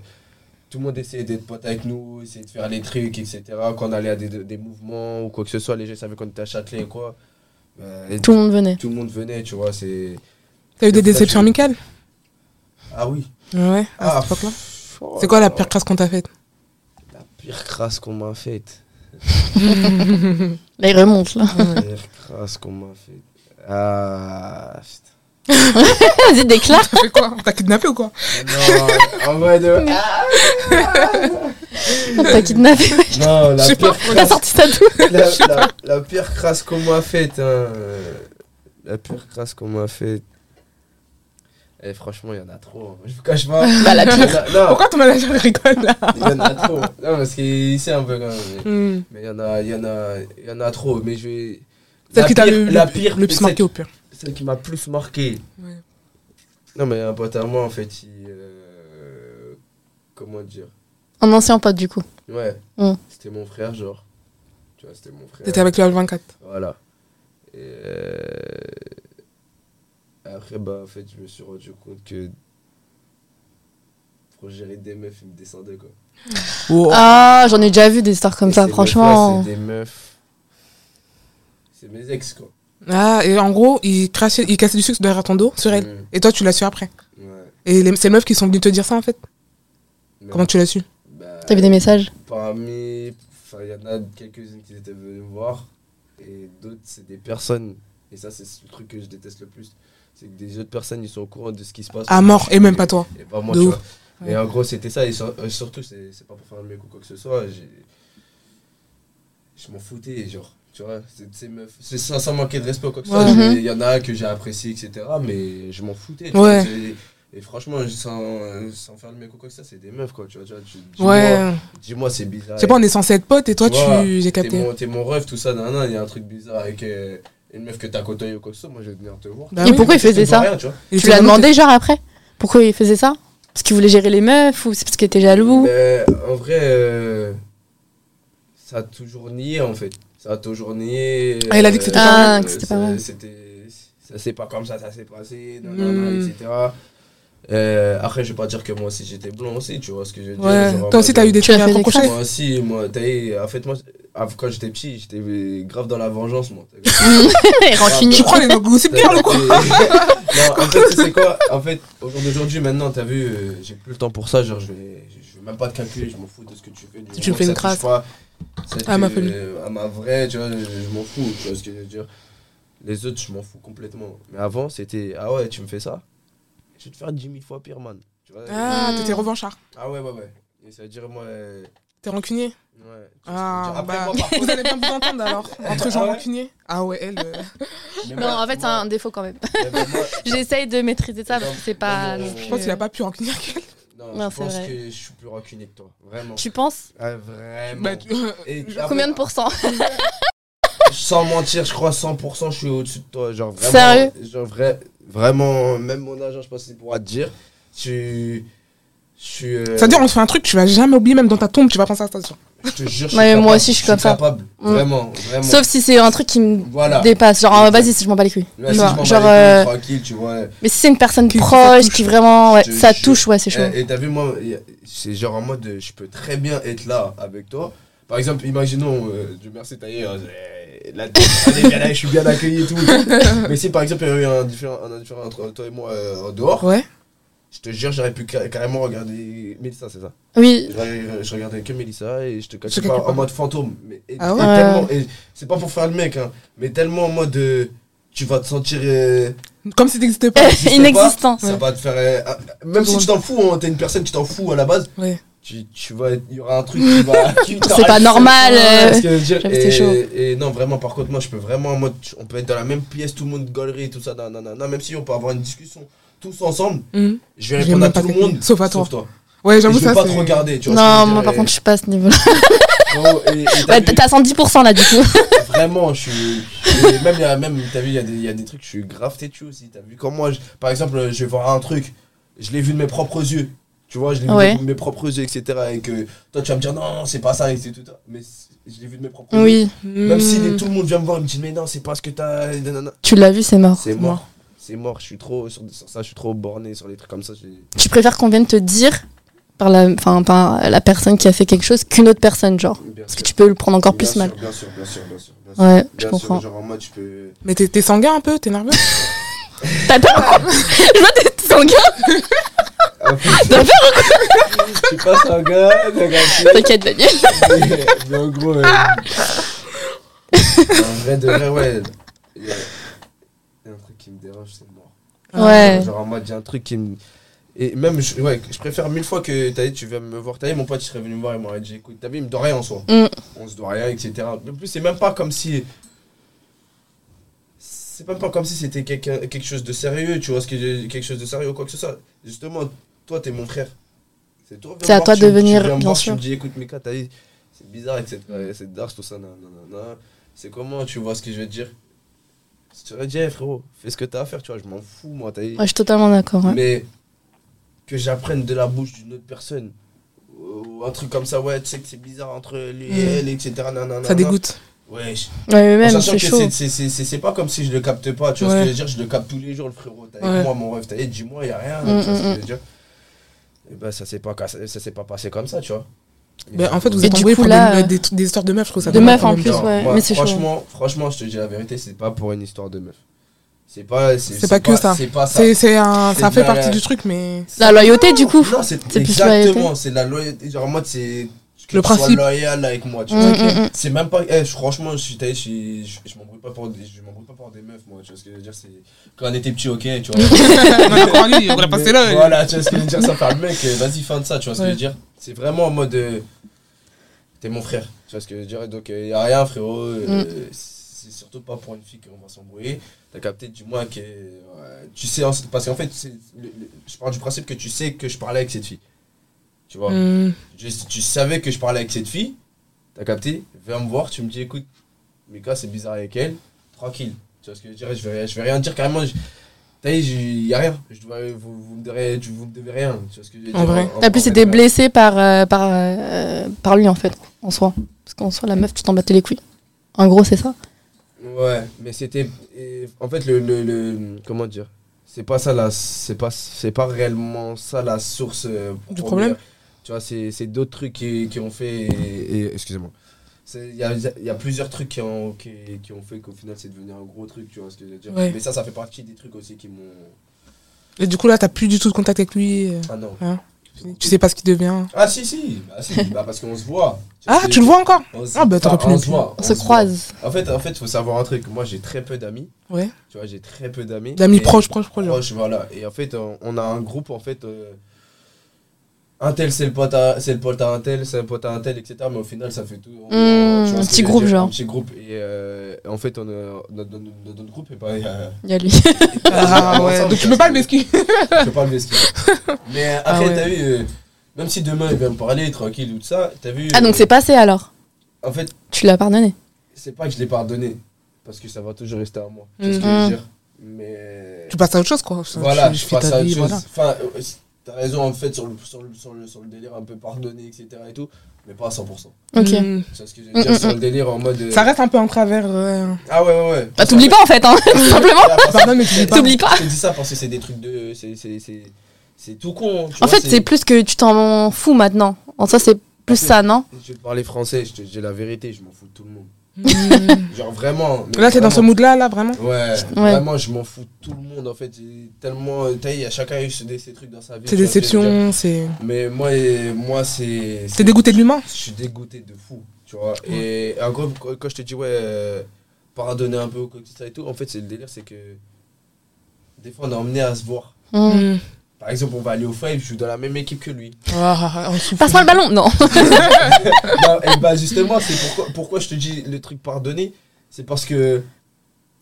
S2: tout le monde essayait d'être pote avec nous, essayait de faire les trucs, etc. Quand on allait à des, des mouvements ou quoi que ce soit, les gens savaient qu'on était à Châtelet et quoi. Euh, et
S3: Tout le monde venait.
S2: tout le monde venait, tu vois. C'est
S1: T'as eu des
S2: c'est ça,
S1: déceptions
S2: je-
S1: amicales
S2: ah oui.
S1: Ouais, à
S2: Ah,
S1: cette époque-là.
S2: pff, oh
S1: C'est quoi
S2: là
S1: la
S2: là.
S1: pire crasse qu'on t'a faite
S2: La pire crasse qu'on m'a faite.
S3: Là, il remonte, là.
S2: La pire crasse qu'on m'a faite. Ah. putain.
S3: Vas-y, déclare.
S1: T'as fait quoi T'as kidnappé ou quoi
S2: Non, en vrai de.
S3: T'as kidnappé.
S2: Non,
S1: Je
S2: la
S1: sais
S2: pire,
S1: pas,
S3: T'as
S2: crasse,
S3: sorti ça d'où
S2: la, la- la pire crasse qu'on m'a faite. hein, euh, La pire crasse qu'on m'a faite. Eh, franchement, il y en a trop. hein. Je vous cache pas.
S3: Bah, la
S2: Il y en a- Non,
S1: Pourquoi ton manager rigole là
S2: il y en a trop. Non, parce qu'il sait un peu quand même.
S3: Hmm.
S2: Mais il y en a, il y en a, il y en a trop. Mais je vais.
S1: Celle
S2: la
S1: qui t'a
S2: pire-
S1: le,
S2: la
S1: le-
S2: pire,
S1: le plus
S2: celle-
S1: marqué au pire.
S2: Celle qui m'a plus marqué.
S1: Ouais.
S2: Non, mais un pote à moi, en fait, il. euh, Comment dire
S3: Un ancien pote, du coup.
S2: Ouais.
S3: Mm.
S2: C'était mon frère, genre. Tu vois, c'était mon frère.
S1: Hum. T'étais avec le L24.
S2: Voilà. Et euh, Après, bah, en fait, je me suis rendu compte que pour gérer des meufs, ils me descendaient, quoi. Oh.
S1: Oh.
S3: Ah, j'en ai déjà vu des histoires comme
S2: Et
S3: ça,
S2: ces meufs-là,
S3: franchement.
S2: C'est des meufs. C'est mes ex, quoi.
S1: Ah, et en gros, il, crachait, il cassait du sucre derrière ton dos sur elle.
S2: Mm.
S1: Et toi, tu l'as su après.
S2: Ouais.
S1: Et les, ces meufs qui sont venues te dire ça en fait.
S2: Mais
S1: Comment tu l'as su
S2: bah,
S3: T'as vu des messages
S2: Parmi. Enfin, il y en a quelques-unes qui étaient venues me voir. Et d'autres, c'est des personnes. Et ça, c'est le truc que je déteste le plus. C'est que des autres personnes, ils sont au courant de ce qui se passe.
S1: À mort, et même pas toi.
S2: Et pas moi,
S1: De
S2: tu
S1: ouf.
S2: vois. Et en gros, c'était ça. Et sur- euh, surtout, c'est c'est pas pour faire le mec ou quoi que ce soit. j'ai- Je m'en foutais, genre. Tu vois, c'est c'est meuf. C'est sans, sans manquer de respect ou quoi que ce
S1: Ouais.
S2: soit. j'ai- Il y en a que j'ai apprécié, etc. Mais je m'en foutais. tu
S1: Ouais.
S2: vois, c'est- et franchement, je- sans, euh, sans faire le mec ou quoi que ce soit, c'est des meufs, quoi. Tu vois, tu vois, tu- dis-moi,
S1: Ouais.
S2: dis-moi, c'est bizarre.
S1: Je sais pas, on est censé être potes et toi,
S2: Tu vois,
S1: tu. J'ai
S2: T'es
S1: capté.
S2: mon, t'es mon rêve, tout ça, nan, nan, il y a un truc bizarre avec euh, une meuf que t'as côtoyée ou quoi que ce soit. Moi, je vais venir te voir.
S1: Bah
S3: Et
S1: oui.
S3: pourquoi il
S2: Je te
S3: faisait
S2: dois
S3: ça
S2: rien, tu vois.
S1: Il
S3: Tu
S1: était
S3: l'as
S1: vraiment-
S3: demandé, genre, après Pourquoi il faisait ça Parce qu'il voulait gérer les meufs ou c'est parce qu'il était jaloux
S2: Mais, Ben, en vrai, euh, ça a toujours nié en fait. Ça a toujours nié.
S1: Ah, il a dit que c'était
S3: pas vrai. Ah, que c'était pas
S2: ça-
S3: vrai.
S2: c'était- Ça s'est pas comme ça, ça s'est passé, nan,
S1: Hmm.
S2: nan, nan, etc. Euh, après, je vais pas dire que moi aussi j'étais blanc aussi, tu vois ce que je veux dire.
S1: Ouais.
S2: genre,
S1: Toi aussi,
S2: moi,
S1: t'as
S2: je-
S1: eu des
S3: Tu l'as
S1: trucs à
S3: fait
S1: ton
S3: avec ça
S1: crochet
S2: Moi aussi, moi, t'as eu- En fait, moi, ah, quand j'étais petit, j'étais grave dans la vengeance, moi.
S3: Et rancunier.
S1: Tu crois les gossip
S2: T'as-
S1: girls ou quoi
S2: t'as- non, en fait, tu sais quoi En fait, au jour d'aujourd'hui, maintenant, t'as vu, euh, j'ai plus le temps pour ça. Genre, je vais, je vais même pas te calculer, je m'en fous de ce que tu fais. du
S1: Si tu
S2: moment
S1: me fais
S2: que
S1: une
S2: ça
S1: crasse.
S2: touche pas celle
S1: À ma
S2: que-
S1: famille.
S2: À ma vraie, tu vois, je, je m'en fous. Tu vois ce que je veux dire Les autres, je m'en fous complètement. Mais avant, c'était, ah ouais, tu me fais ça Je vais te faire 10 000 fois pire, man. Tu vois
S1: Ah,
S3: Mm.
S1: t'étais revanchard.
S2: Ah ouais, ouais, ouais. Et ça veut dire, moi. euh,
S1: T'es rancunier
S2: ouais. Tu vois ce que je veux dire
S1: Ah,
S2: Après,
S1: bah.
S2: moi, par contre,
S1: Vous allez bien vous entendre alors. Entre
S2: Ah
S1: gens
S2: ouais
S1: rancuniers. Ah ouais, elle. euh,
S2: mais
S3: Non,
S2: moi-
S3: en fait, c'est
S2: moi-
S3: un défaut quand même.
S2: mais moi- moi-
S3: J'essaye de maîtriser ça parce que c'est pas.
S2: Non,
S3: non
S2: non,
S1: Je
S3: plus- euh,
S1: pense qu'il a pas plus rancunier
S2: Ah
S1: qu'elle.
S2: Non,
S3: Non,
S2: je
S3: c'est
S2: pense
S3: vrai.
S2: que je suis plus rancunier que toi. Vraiment.
S3: Tu penses
S2: Ah, vraiment.
S1: Bah, tu-
S2: Et
S3: Combien de
S2: après,
S3: pourcents
S2: Sans mentir, je crois 100% je suis au-dessus de toi. Genre vraiment.
S3: Sérieux
S2: genre vrai- Vraiment, même mon agent, je pense qu'il pourra te dire. Tu. Je suis. euh,
S1: C'est-à-dire, on te fait un truc, tu vas jamais oublier, même dans ta tombe, tu vas penser à ça. tu vois.
S2: Je te jure,
S3: Ouais, mais
S2: capable,
S3: moi aussi, je suis comme ça.
S2: capable.
S3: Mm.
S2: Vraiment, vraiment.
S3: Sauf si c'est un truc qui me
S2: Voilà.
S3: dépasse. Genre, ah, vas-y, je m'en bats les couilles.
S2: Là, si
S3: Genre-
S2: je m'en bats
S3: genre,
S2: les couilles,
S3: euh,
S2: tranquille, tu vois.
S3: Mais si c'est une personne
S1: Qui- qui
S3: proche,
S1: touche.
S3: qui vraiment, ouais,
S2: Je-
S3: ça
S2: je- Eh.
S3: touche, ouais, c'est chaud.
S2: Et, et t'as vu, moi, y a- c'est genre en mode, euh, je peux très bien être là avec toi. Par exemple, imaginons, euh, Dieu merci, t'as eu, euh, là, on est bien là, je suis bien accueilli et tout. Mais si par exemple, il y a eu un différent, un différent entre toi et moi euh, en dehors,
S1: Ouais.
S2: je te jure, j'aurais pu ca- carrément regarder Mélissa, c'est ça.
S3: Oui,
S2: J'aurais- euh, Je regardais que Mélissa et je te cache
S1: Je
S2: pas
S1: calcule
S2: en
S1: pas.
S2: mode fantôme. Mais, et-
S1: Ah
S2: et
S1: ouais.
S2: tellement- et c'est pas pour faire le mec, hein, mais tellement en mode, euh, tu vas te sentir. euh,
S1: Comme si t'existais pas.
S2: sais pas,
S3: inexistant.
S2: ça va te faire. euh, ah, même si tu t'en fous, hein, t'es une personne qui t'en fous à la base.
S1: Ouais.
S2: Tu, tu vas, être- il y aura un truc qui va. qui t'arrache.
S3: C'est pas normal.
S2: Ouais,
S3: euh,
S2: parce que je veux dire,
S3: j'avoue, c'est
S2: et,
S3: chaud.
S2: et non, vraiment, par contre, moi, je peux vraiment. en mode, on peut être dans la même pièce, tout le monde galerie, tout ça, nanana, même si on peut avoir une discussion tous ensemble.
S1: Mhm.
S3: Hmm.
S2: Je vais
S1: Je vais
S2: répondre
S1: même
S2: à
S1: pas
S2: tout le
S1: t'écouter.
S2: monde.
S1: Sauf à toi.
S2: Et
S1: Ouais,
S2: Je
S1: j'avoue,
S2: vais
S1: ça.
S2: pas
S1: c'est-
S2: trop regarder, tu vois. ce que je
S3: Non,
S2: veux
S3: moi par
S2: dire,
S3: contre, je suis pas à ce niveau-là.
S2: et- et- et t'as
S3: Ouais,
S2: vu,
S3: t'as t'as 110% là, du coup.
S2: Vraiment, je suis. et Même, il y a- même t'as vu, il y, a des- il y a des trucs, je suis grave têtu aussi. T'as vu, quand moi, je- par exemple, je vais voir un truc, je l'ai vu de mes propres yeux. Tu Tu vois, je l'ai
S3: Ouais.
S2: vu de mes propres yeux, etc. Et que toi, tu vas me dire non, c'est pas ça, et c'est tout. ça. Mais c'est- je l'ai vu de mes propres yeux.
S3: Oui,
S2: Même si
S1: Hmm.
S2: les- tout le monde vient me voir, il me dit mais non, c'est pas ce que t'as. et nanana.
S3: tu l'as vu, c'est mort.
S2: C'est
S1: mort.
S2: mort. C'est mort, je suis trop sur, sur ça, je suis trop borné sur les trucs comme ça. j'ai-
S3: Tu préfères qu'on vienne te dire par la, enfin, par la personne qui a fait quelque chose qu'une autre personne, genre.
S2: Bien
S3: Parce que
S2: sûr.
S3: tu peux le prendre encore
S2: Bien
S3: plus
S2: sûr,
S3: mal.
S2: Bien sûr, bien sûr, bien sûr. Bien sûr,
S3: Ouais, je
S2: Bien sûr,
S3: comprends.
S2: genre en mode, je peux.
S1: Mais t'es t'es sanguin un peu T'es nerveux
S3: T'as peur ou quoi Je vois tes sanguin.
S2: T'as peur ou quoi Je suis pas sanguin, t'as
S3: T'inquiète, Daniel.
S2: capté. Mais en gros. euh, en vrai de vrai, ouais. Il y, a... il y a un truc qui me dérange, c'est mort.
S3: Ouais.
S2: euh, Genre en mode, il y a un truc qui me. Et même, je, ouais, je préfère mille fois que t'as dit, tu viens me voir. T'as dit, mon pote, il serait venu me voir, il m'aurait dit, écoute, t'as vu, il me doit rien en soi.
S3: Mm.
S2: On se doit rien, etc. En plus, c'est même pas comme si. C'est même pas comme si c'était quelqu'un- quelque chose de sérieux, tu vois, ce que je- quelque chose de sérieux ou quoi que ce soit. Justement, toi, t'es mon frère. C'est toi, viens
S3: C'est
S2: me
S3: à toi
S2: tu-
S3: de
S2: tu
S3: venir,
S2: viens me
S3: bien
S2: voir, Tu
S3: sûr.
S2: me dis, écoute, Mika, t'as dit, c'est bizarre, etc. C'est dark, tout ça, nanana. C'est comment, tu vois ce que je veux te dire Si tu aurais dit, Eh, frérot, fais ce que t'as à faire, tu vois, je m'en fous, moi, t'as dit.
S3: Ouais, je suis totalement d'accord. ouais.
S2: Mais que j'apprenne de la bouche d'une autre personne. Ou un truc comme ça, ouais, tu sais que c'est bizarre entre lui et
S1: Mm.
S2: elle, etc. Nanana.
S1: Ça dégoûte.
S2: Ouais, je-
S3: Ouais, mais
S2: en
S3: même,
S2: sachant
S3: c'est
S2: que
S3: chaud.
S2: c'est- c'est- c'est- c'est- c'est pas comme si je le capte pas, tu vois ce
S1: Ouais.
S2: que je veux dire, je le capte tous les jours, le frérot. T'as
S1: Ouais.
S2: avec moi, mon rêve, t'as dit, dis-moi, y a rien,
S3: Mm,
S2: tu vois ce que
S3: mm,
S2: je veux dire. Et ben, ça s'est pas, cassé- ça s'est pas passé comme ça, tu vois. Et
S1: Bah, en fait, vous
S3: Et
S1: êtes
S3: du
S1: embrouillés
S3: coup,
S1: pour
S3: là,
S1: des,
S3: euh,
S1: des, des histoires de meufs, je trouve ça
S3: de
S1: dommage
S3: meufs,
S1: quand
S3: en
S1: même.
S3: plus, ouais.
S2: moi,
S3: mais c'est chaud.
S2: franchement, franchement, je te dis la vérité, c'est pas pour une histoire de meuf. C'est pas,
S1: C'est pas que ça.
S2: C'est pas ça.
S1: C'est, c'est un,
S2: C'est
S1: ça
S2: de
S1: fait
S2: la-
S1: partie du truc, mais
S3: La loyauté, du coup.
S2: Non, c'est
S3: plus
S2: exactement,
S3: loyauté.
S2: c'est la loyauté. Genre, en mode, c'est. Que
S1: Le
S2: tu sois
S1: principe.
S2: loyal avec moi, tu
S3: Mm,
S2: vois.
S3: mm, mm.
S2: C'est même pas. eh, je- franchement, je suis taillé, je, suis- je, je m'embrouille pas pour des, je m'embrouille pas pour des meufs, moi. Tu vois ce que je veux dire c'est... Quand on était petit, ok, tu vois.
S1: on l'a passé là.
S2: Mais Voilà, tu vois ce que je veux dire Ça faire le mec, euh, vas-y, fin de ça, tu vois ce que
S1: Ouais.
S2: je veux dire C'est vraiment en mode. euh, T'es mon frère, tu vois ce que je veux dire Donc, il y a rien, frérot. euh, C'est surtout pas pour une fille qu'on va s'embrouiller. T'as capté, du moins, que. euh, tu sais, en- parce qu'en fait, c'est le- le- je parle du principe que tu sais que je parlais avec cette fille. Tu vois
S1: Hmm.
S2: je- tu savais que je parlais avec cette fille, t'as capté, viens me voir, tu me dis écoute, mes gars c'est bizarre avec elle, tranquille. Tu vois ce que je dirais, je vais, rien- je vais rien dire carrément. je- T'as vu, il y a rien. Je dois, vous, vous, me devez, tu- vous me devez rien. Tu vois ce que je veux
S1: En
S2: dire,
S1: vrai.
S3: En plus,
S2: vrai,
S3: c'était
S2: ouais.
S3: blessé par, euh, par, euh, par lui, en fait, en soi. Parce qu'en soi, la meuf, tu t'en battais les couilles. En gros, c'est ça.
S2: Ouais, mais c'était. et En fait, le, le, le- Comment dire C'est pas ça la. C'est pas, c'est pas réellement ça la source euh,
S1: Du
S2: première.
S1: problème
S2: Tu vois, c'est c'est d'autres trucs qui, qui ont fait. et- et- Excusez-moi. C'est- Il y a, il y a plusieurs trucs qui ont, qui, qui ont fait qu'au final c'est devenu un gros truc, tu vois ce que je veux dire.
S1: Ouais.
S2: Mais ça, ça fait partie des trucs aussi qui m'ont.
S1: Et du coup, là, t'as plus du tout de contact avec lui. euh,
S2: Ah non.
S1: Hein Tu sais pas ce qu'il devient.
S2: Ah si, si, bah, si. bah, parce qu'on se voit.
S1: Ah,
S2: sais,
S1: tu le vois encore
S2: on se-
S1: Ah, bah, t'aurais pu
S2: on
S1: ne
S2: se
S1: plus.
S2: voit.
S3: On se
S2: voit.
S3: croise.
S2: En fait, en fait, faut savoir un truc. Moi, j'ai très peu d'amis.
S1: Ouais.
S2: Tu vois, j'ai très peu d'amis.
S1: D'amis
S2: Et-
S1: proches, proches, proches. genre.
S2: proches, voilà. Et en fait, on, on a un groupe, en fait. euh, un tel, c'est le pote à c'est le pote à un tel, c'est le pote à un tel, etc. Mais au final, ça fait tout. on-
S3: Mmh,
S1: Hmm,
S2: tu vois
S3: un
S2: ce que
S3: petit
S2: je veux
S3: groupe,
S2: dire,
S3: genre.
S2: Un petit groupe. Et euh, en fait, on a, notre, notre- notre- notre groupe est pas. euh,
S3: Il y a lui.
S1: Ah
S2: on est
S1: ouais.
S2: ensemble,
S1: Donc tu
S2: tu
S1: peux
S2: vois,
S1: pas le
S2: c'est-
S1: mesquiner.
S2: Je parle de ski. Mais après,
S1: Ah ouais.
S2: t'as vu. euh, même si demain il vient me parler tranquille ou tout ça, t'as vu.
S3: Ah, donc
S2: euh,
S3: c'est passé alors
S2: En fait,
S3: Tu l'as pardonné
S2: c'est pas que je l'ai pardonné. Parce que ça va toujours rester à moi. Tu vois ce que je
S1: Hmm.
S3: Mhm.
S2: veux dire Mais.
S1: Tu passes à autre chose, quoi.
S2: Voilà,
S1: Tu-
S2: je
S1: tu fais
S2: passe
S1: ta
S2: à autre
S1: vie,
S2: chose.
S1: voilà.
S2: Enfin, euh, c- t'as raison en fait sur le, sur, le, sur, le, sur le délire un peu pardonné, etc. et tout, mais pas à 100%.
S3: Ok.
S1: Hmm.
S2: C'est ce que je veux dire
S3: Mm, mm,
S2: sur le délire en mode. euh,
S1: Ça reste un peu un travers. euh,
S2: Ah ouais, ouais, ouais.
S3: Bah, t'oublies pas, en fait, hein, tout simplement.
S1: Pardon, mais tu dis pas.
S3: T'oublies pas.
S2: Je te dis ça parce que c'est des trucs de. c'est- C'est c'est- c'est tout con. tu vois,
S3: En fait, c'est plus que tu t'en fous maintenant. En soi, c'est plus
S2: fait,
S3: ça, non
S2: Je vais parler français, je te dis la vérité, je m'en fous de tout le monde.
S1: Hmm.
S2: Genre vraiment. mais
S1: Là, t'es dans ce
S2: vraiment.
S1: mood-là, là, vraiment
S2: Ouais,
S3: Ouais.
S2: vraiment, je m'en fous de tout le monde en fait. J'ai Tellement. T'as vu, il y a chacun eu ses ses trucs dans sa vie.
S1: C'est
S2: tu vois ce que je veux
S1: déception,
S2: dire.
S1: c'est.
S2: Mais moi, euh, moi c'est.
S1: T'es dégoûté de l'humain
S2: Je suis dégoûté de fou, tu vois. Et en gros, quand quand je te dis, ouais, euh, pardonner un peu ou quoi que ce soit et tout, en fait, c'est le délire, c'est que des fois, on est emmené à se voir.
S3: Hmm.
S1: Hmm.
S2: Par exemple, on va aller au fight, je suis dans la même équipe que lui.
S1: Ah, on souffle.
S3: Passe-moi le ballon Non.
S2: bah, et bah, justement, c'est pourquoi, pourquoi je te dis le truc pardonner, c'est parce que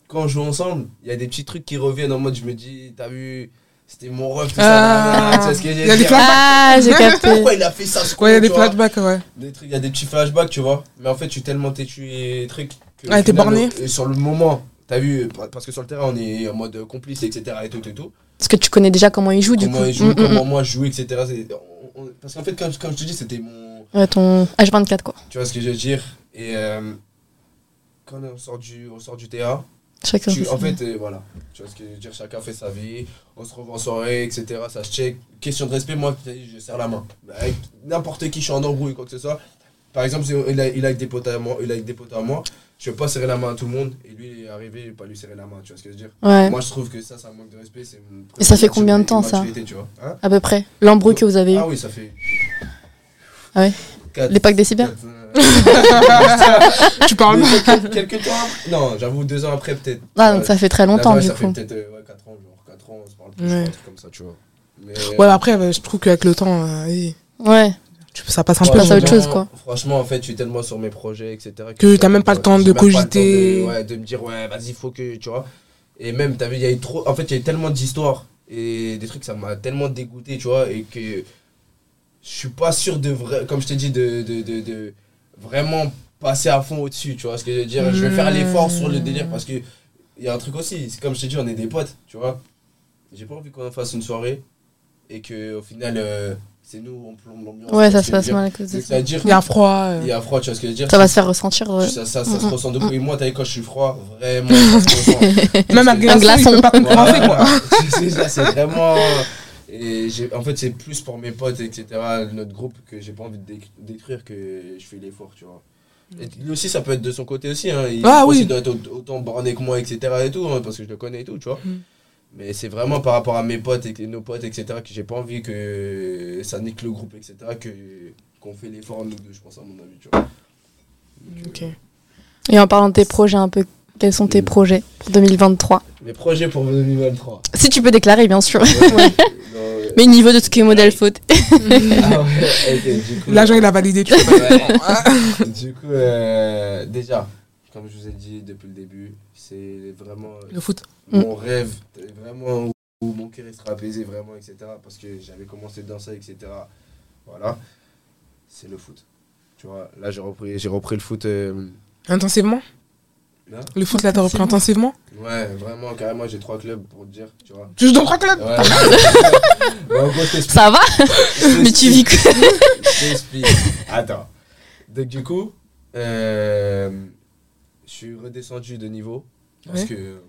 S2: quand on joue ensemble, il y a des petits trucs qui reviennent en mode, je me dis, t'as vu, c'était mon ref, tout ça,
S1: Ah.
S2: nanana, tu sais ce que
S1: Il y a
S2: j'ai
S1: des
S2: dit.
S1: flashbacks.
S3: Ah, j'ai capté.
S2: Pourquoi il a fait ça ce
S1: Ouais, il y a
S2: con,
S1: des
S2: tu vois
S1: flashbacks, ouais.
S2: des trucs, il y a des petits flashbacks, tu vois. Mais en fait, je suis tellement têtu et truc. Que,
S1: Ah,
S2: au
S1: t'es
S2: final,
S1: borné.
S2: euh, Sur le moment, t'as vu, pa- parce que sur le terrain, on est en mode complice, etc. Et tout, et tout.
S3: Parce que tu connais déjà comment il joue, du
S2: Comment
S3: coup.
S1: mm,
S2: ils jouent,
S3: Hmm, hmm,
S2: comment moi je joue, etc. C'est- on- on- parce qu'en fait, comme, comme je te dis, c'était mon.
S3: hmm. Ouais, ton H24, quoi.
S2: Tu vois ce que je veux dire Et euh, quand on sort du, on sort du théâtre,
S3: Chacun.
S2: Tu-
S3: fait
S2: en
S3: ça.
S2: fait, euh, voilà. Tu vois ce que je veux dire Chacun fait sa vie. On se revoit en soirée, etc. Ça se check. Question de respect, moi, t'as dit, je serre la main. Avec n'importe qui, je suis en embrouille, quoi que ce soit. Par exemple, si il a, il a avec des potes à moi, il a avec des potes à moi, je vais pas serrer la main à tout le monde. Et lui, il est arrivé, je vais pas lui serrer la main. Tu vois ce que je veux dire
S3: Ouais,
S2: Moi, je trouve que ça, ça manque de respect. c'est une
S3: Et ça fait combien de temps, ça
S2: immaturité, tu vois Hein
S3: à peu près. L'embrouille que vous avez eu.
S2: Ah oui, ça fait.
S3: Ah ouais
S2: Quatre-
S3: Les packs des cyber
S2: quatre, euh,
S1: tu parles
S2: mais quelques- Quelques temps après- Non, j'avoue, deux ans après, peut-être. Euh,
S3: Ah, donc ça fait très longtemps,
S2: Là-bas,
S3: du
S2: ça
S3: coup.
S2: fait peut-être 4 ans, genre 4 ans, on se parle plus,
S1: Ouais.
S2: un truc comme ça, tu vois. Mais, euh,
S1: Ouais, mais après, euh, je trouve qu'avec le temps, euh, oui,
S3: Ouais.
S1: tu- ça passe un
S3: Tu
S1: peu.
S3: passes à autre
S1: genre.
S3: chose, quoi.
S2: Franchement, en fait, je suis tellement sur mes projets, etc.
S1: Que
S2: je-
S1: t'as même pas le temps
S2: j'ai
S1: de
S2: même pas le temps
S1: cogiter.
S2: de- ouais, de me dire, ouais, vas-y, faut que, tu vois. Et même, t'as vu, il y a eu trop. En fait, il y a eu tellement d'histoires et des trucs, ça m'a tellement dégoûté, tu vois, et que je suis pas sûr de vrai, comme je t'ai dit, de, de, de, de vraiment passer à fond au-dessus, tu vois ce que je veux dire. Je vais faire l'effort sur le délire parce que il y a un truc aussi, c'est comme je t'ai dit, on est des potes, tu vois. J'ai pas envie qu'on fasse une soirée et que au final, euh, c'est nous, on plombe l'ambiance.
S3: Ouais,
S2: tu vois
S3: ça
S2: ce que
S3: se
S2: je
S3: passe
S2: veux dire.
S3: mal à cause de ça.
S2: C'est-à-dire,
S1: Il y a froid. euh,
S2: il y a froid, tu vois ce que je veux dire.
S3: Ça va se faire ressentir. ouais.
S2: Ça, ça, ça se
S3: Mm, mm,
S2: ressent de Et moi, t'as vu, quand je suis froid, vraiment, ça se ressent.
S1: Même un glaçon,
S3: Un glaçon.
S1: il peut pas
S2: Voilà,
S1: compenser, quoi.
S2: c'est ça, c'est vraiment. Et j'ai- en fait, c'est plus pour mes potes, etc., notre groupe, que j'ai pas envie de déc- détruire que je fais l'effort, tu vois.
S1: Mm.
S2: Et lui aussi, ça peut être de son côté aussi. Hein. Il,
S1: Ah
S2: je pense
S1: oui.
S2: qu'il doit être au- autant borné que moi, etc., et tout, hein, parce que je le connais et tout, tu vois.
S1: Mm.
S2: Mais c'est vraiment par rapport à mes potes et nos potes, etc., que j'ai pas envie que ça nique le groupe, etc., que qu'on fait l'effort, nous deux, je pense, à mon avis, tu vois. Donc, euh,
S1: Ok.
S3: Et en parlant de tes projets, un peu, quels sont tes
S2: Mm.
S3: projets pour 2023
S2: Mes projets pour 2023.
S3: Si tu peux déclarer, bien sûr.
S2: Ouais. Non, ouais.
S3: Mais niveau de ce qui est modèle faute.
S2: Ah ouais, ok, du coup-
S1: L'agent, il a validé. Tu...
S2: Ouais. du coup, euh, déjà, comme je vous ai dit depuis le début, c'est vraiment euh,
S1: Le foot.
S3: Mm.
S2: mon rêve, euh, vraiment où mon cœur il sera apaisé, vraiment, etc. Parce que j'avais commencé de danser, etc. Voilà, c'est le foot. Tu vois, là, j'ai repris, j'ai repris le foot. euh,
S1: Intensivement
S2: Là
S1: Le foot, là, t'as repris intensivement
S2: ouais, vraiment, carrément, j'ai trois clubs pour te dire, tu vois.
S1: Tu joues dans trois clubs
S2: Ouais. Mais en gros, je t'explique.
S3: Ça va
S2: Je
S3: Mais tu vis
S2: t'explique.
S3: que.
S2: Je t'explique. Attends. Donc, du coup, euh, je suis redescendu de niveau. Parce
S1: Ouais.
S2: que,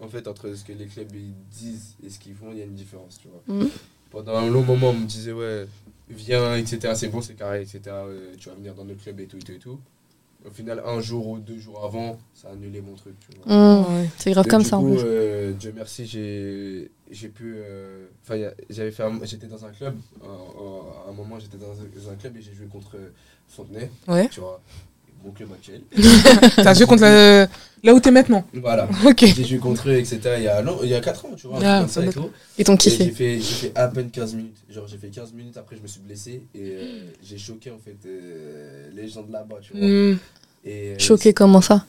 S2: en fait, entre ce que les clubs ils disent et ce qu'ils font, il y a une différence, tu vois.
S3: Mhm.
S2: Pendant un long moment, on me disait, ouais, viens, etc. C'est bon, c'est carré, etc. euh, Tu vas venir dans notre club et tout, et tout, et tout. Au final, un jour ou deux jours avant, ça a annulé mon truc, tu vois.
S3: Mm, C'est grave
S2: Donc,
S3: comme
S2: du
S3: ça en
S2: coup,
S3: plus.
S2: euh, Dieu merci, j'ai j'ai pu. euh, Enfin, y a- j'avais fait. un- J'étais dans un club. en- en- à un moment, j'étais dans, un- dans un club et j'ai joué contre euh, Fontenay.
S1: Ouais.
S2: Tu vois, mon club actuel.
S1: T'as joué contre la- là où t'es maintenant
S2: voilà.
S1: Ok.
S2: J'ai joué contre eux, etc. Il y a, long- il y a 4 ans, tu vois. un truc
S1: Ah,
S2: comme ça et
S1: d'accord.
S2: tout.
S3: Ils t'ont
S2: Et J'ai
S3: kiffé.
S2: fait, j'ai fait à peine 15 minutes. Genre, j'ai fait 15 minutes, après, je me suis blessé et euh, j'ai choqué, en fait, euh, les gens de là-bas, tu vois.
S1: Hmm.
S2: Et, euh,
S3: Mm. Choqué comment ça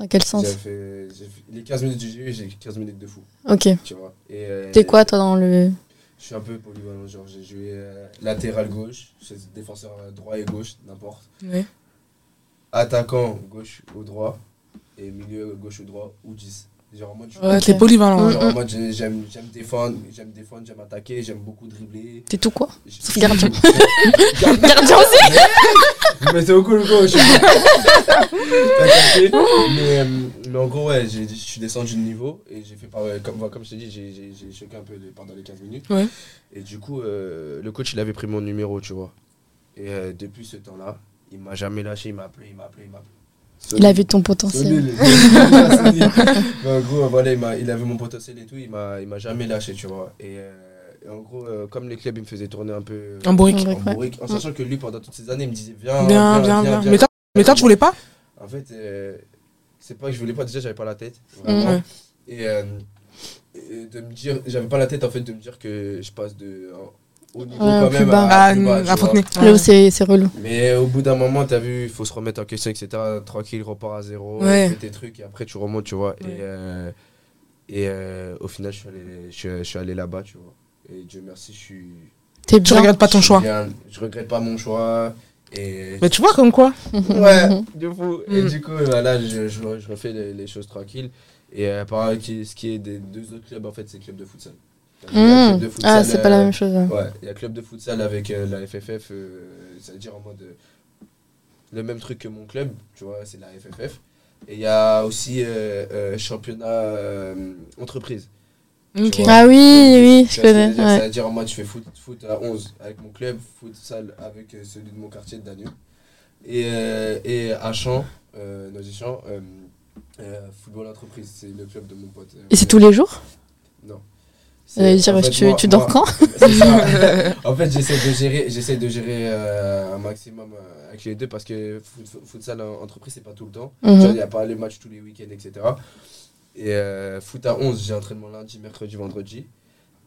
S3: Dans quel
S2: j'avais
S3: sens
S2: fait- j'ai fait- Les 15 minutes que j'ai eu, j'ai eu 15 minutes de fou,
S3: Ok.
S2: tu vois. Et, euh,
S3: T'es quoi toi dans le.
S2: Je suis un peu polyvalent, genre j'ai joué euh, latéral gauche, je suis défenseur euh, droit et gauche, n'importe.
S1: Ouais.
S2: Attaquant gauche ou droit, et milieu gauche ou droit, ou 10. Genre en mode, je-
S1: Ouais,
S3: Ok.
S1: T'es polyvalent. ouais.
S2: genre, en mode, j'ai- j'aime j'aime défendre, j'aime défendre, j'aime attaquer, j'aime beaucoup dribbler.
S3: T'es tout quoi
S2: J'ai-
S3: Sauf gardien. Gardien aussi
S2: Vous mettez au cou le gauche. T'as compris mais, euh, mais en gros, ouais, j'ai- je suis descendu de niveau et j'ai fait par, euh, comme, voilà, comme je t'ai dit, j'ai- j'ai j'ai choqué un peu de- pendant les 15 minutes.
S1: Ouais.
S2: Et du coup, euh, le coach, il avait pris mon numéro, tu vois. Et euh, depuis ce temps-là, il m'a jamais lâché, il m'a appelé, il m'a appelé, il m'a appelé.
S3: Il a vu ton
S2: Sonné,
S3: potentiel.
S2: le- Mais en gros, voilà, il, m'a- il avait mon potentiel et tout, il m'a il m'a jamais lâché, tu vois. Et, euh, et en gros, euh, comme les clubs, ils me faisaient tourner un peu. euh,
S1: En bourrique.
S3: Ouais.
S2: en bourrique, en sachant que lui, pendant toutes ces années, il me disait Viens,
S1: Bien, Ah, bien, bien. Mais toi, mais toi, tu voulais pas
S2: en fait, euh, c'est pas que je voulais pas, déjà j'avais pas la tête, vraiment.
S1: Mm. Ouais.
S2: Et, euh, et de me dire, j'avais pas la tête en fait de me dire que je passe de un haut niveau
S3: Ouais,
S2: quand
S3: au plus
S2: même
S3: bas.
S2: à, à
S1: Ah,
S2: plus bas, tu
S1: à
S2: vois.
S1: Fontenay.
S3: Là où c'est c'est relou.
S2: Mais au bout d'un moment, t'as vu, il faut se remettre en question, etc. Tranquille, repars à zéro,
S1: Ouais.
S2: fais tes trucs et après tu remontes, tu vois.
S1: Ouais.
S2: Et, euh, et euh, au final, je suis allé, je suis- je suis allé là-bas, tu vois. Et Dieu merci, je suis.
S3: T'es
S1: Tu
S3: bien.
S1: regardes pas ton
S2: je suis
S1: choix.
S2: bien, je regrette pas mon choix. Et
S1: Mais tu vois, comme quoi
S2: Ouais, du coup. Et
S1: Mm.
S2: du coup, voilà, je, je, euh, je refais les, les choses tranquilles. Et à part ce qui est des deux autres clubs, en fait, c'est club de futsal.
S1: Mm.
S2: Il y a club de
S3: Mmh.
S2: futsal,
S3: Ah, c'est pas la
S2: euh,
S3: même chose. ouais.
S2: Ouais, il y a club de futsal avec euh, la FFF, euh, c'est-à-dire en mode euh, le même truc que mon club, tu vois, c'est la FFF. Et il y a aussi euh, euh, championnat euh, entreprise.
S1: Ok.
S2: vois.
S3: Ah oui, oui,
S2: Tu
S3: je
S2: vois ce que
S3: connais.
S2: veux dire
S3: ouais.
S2: C'est-à-dire, moi, je fais foot, foot à 11 avec mon club, futsal avec euh, celui de mon quartier de Danube. Et, euh, et à Champs, euh, nos Champs, euh, euh, football entreprise, c'est le club de mon pote. euh,
S3: Et c'est tous les jours
S2: Non.
S3: J'allais
S2: C'est-
S3: dire,
S2: en fait,
S3: tu,
S2: moi-
S3: tu dors
S2: moi-
S3: quand
S2: c'est ça. en fait, j'essaie de gérer, j'essaie de gérer euh, un maximum euh, avec les deux parce que foot, foot- futsal en entreprise, c'est pas tout le temps.
S3: Mhm.
S2: Tu vois, Il n'y a pas les matchs tous les week-ends, etc. Et euh, foot à 11, j'ai entraînement lundi, mercredi, vendredi.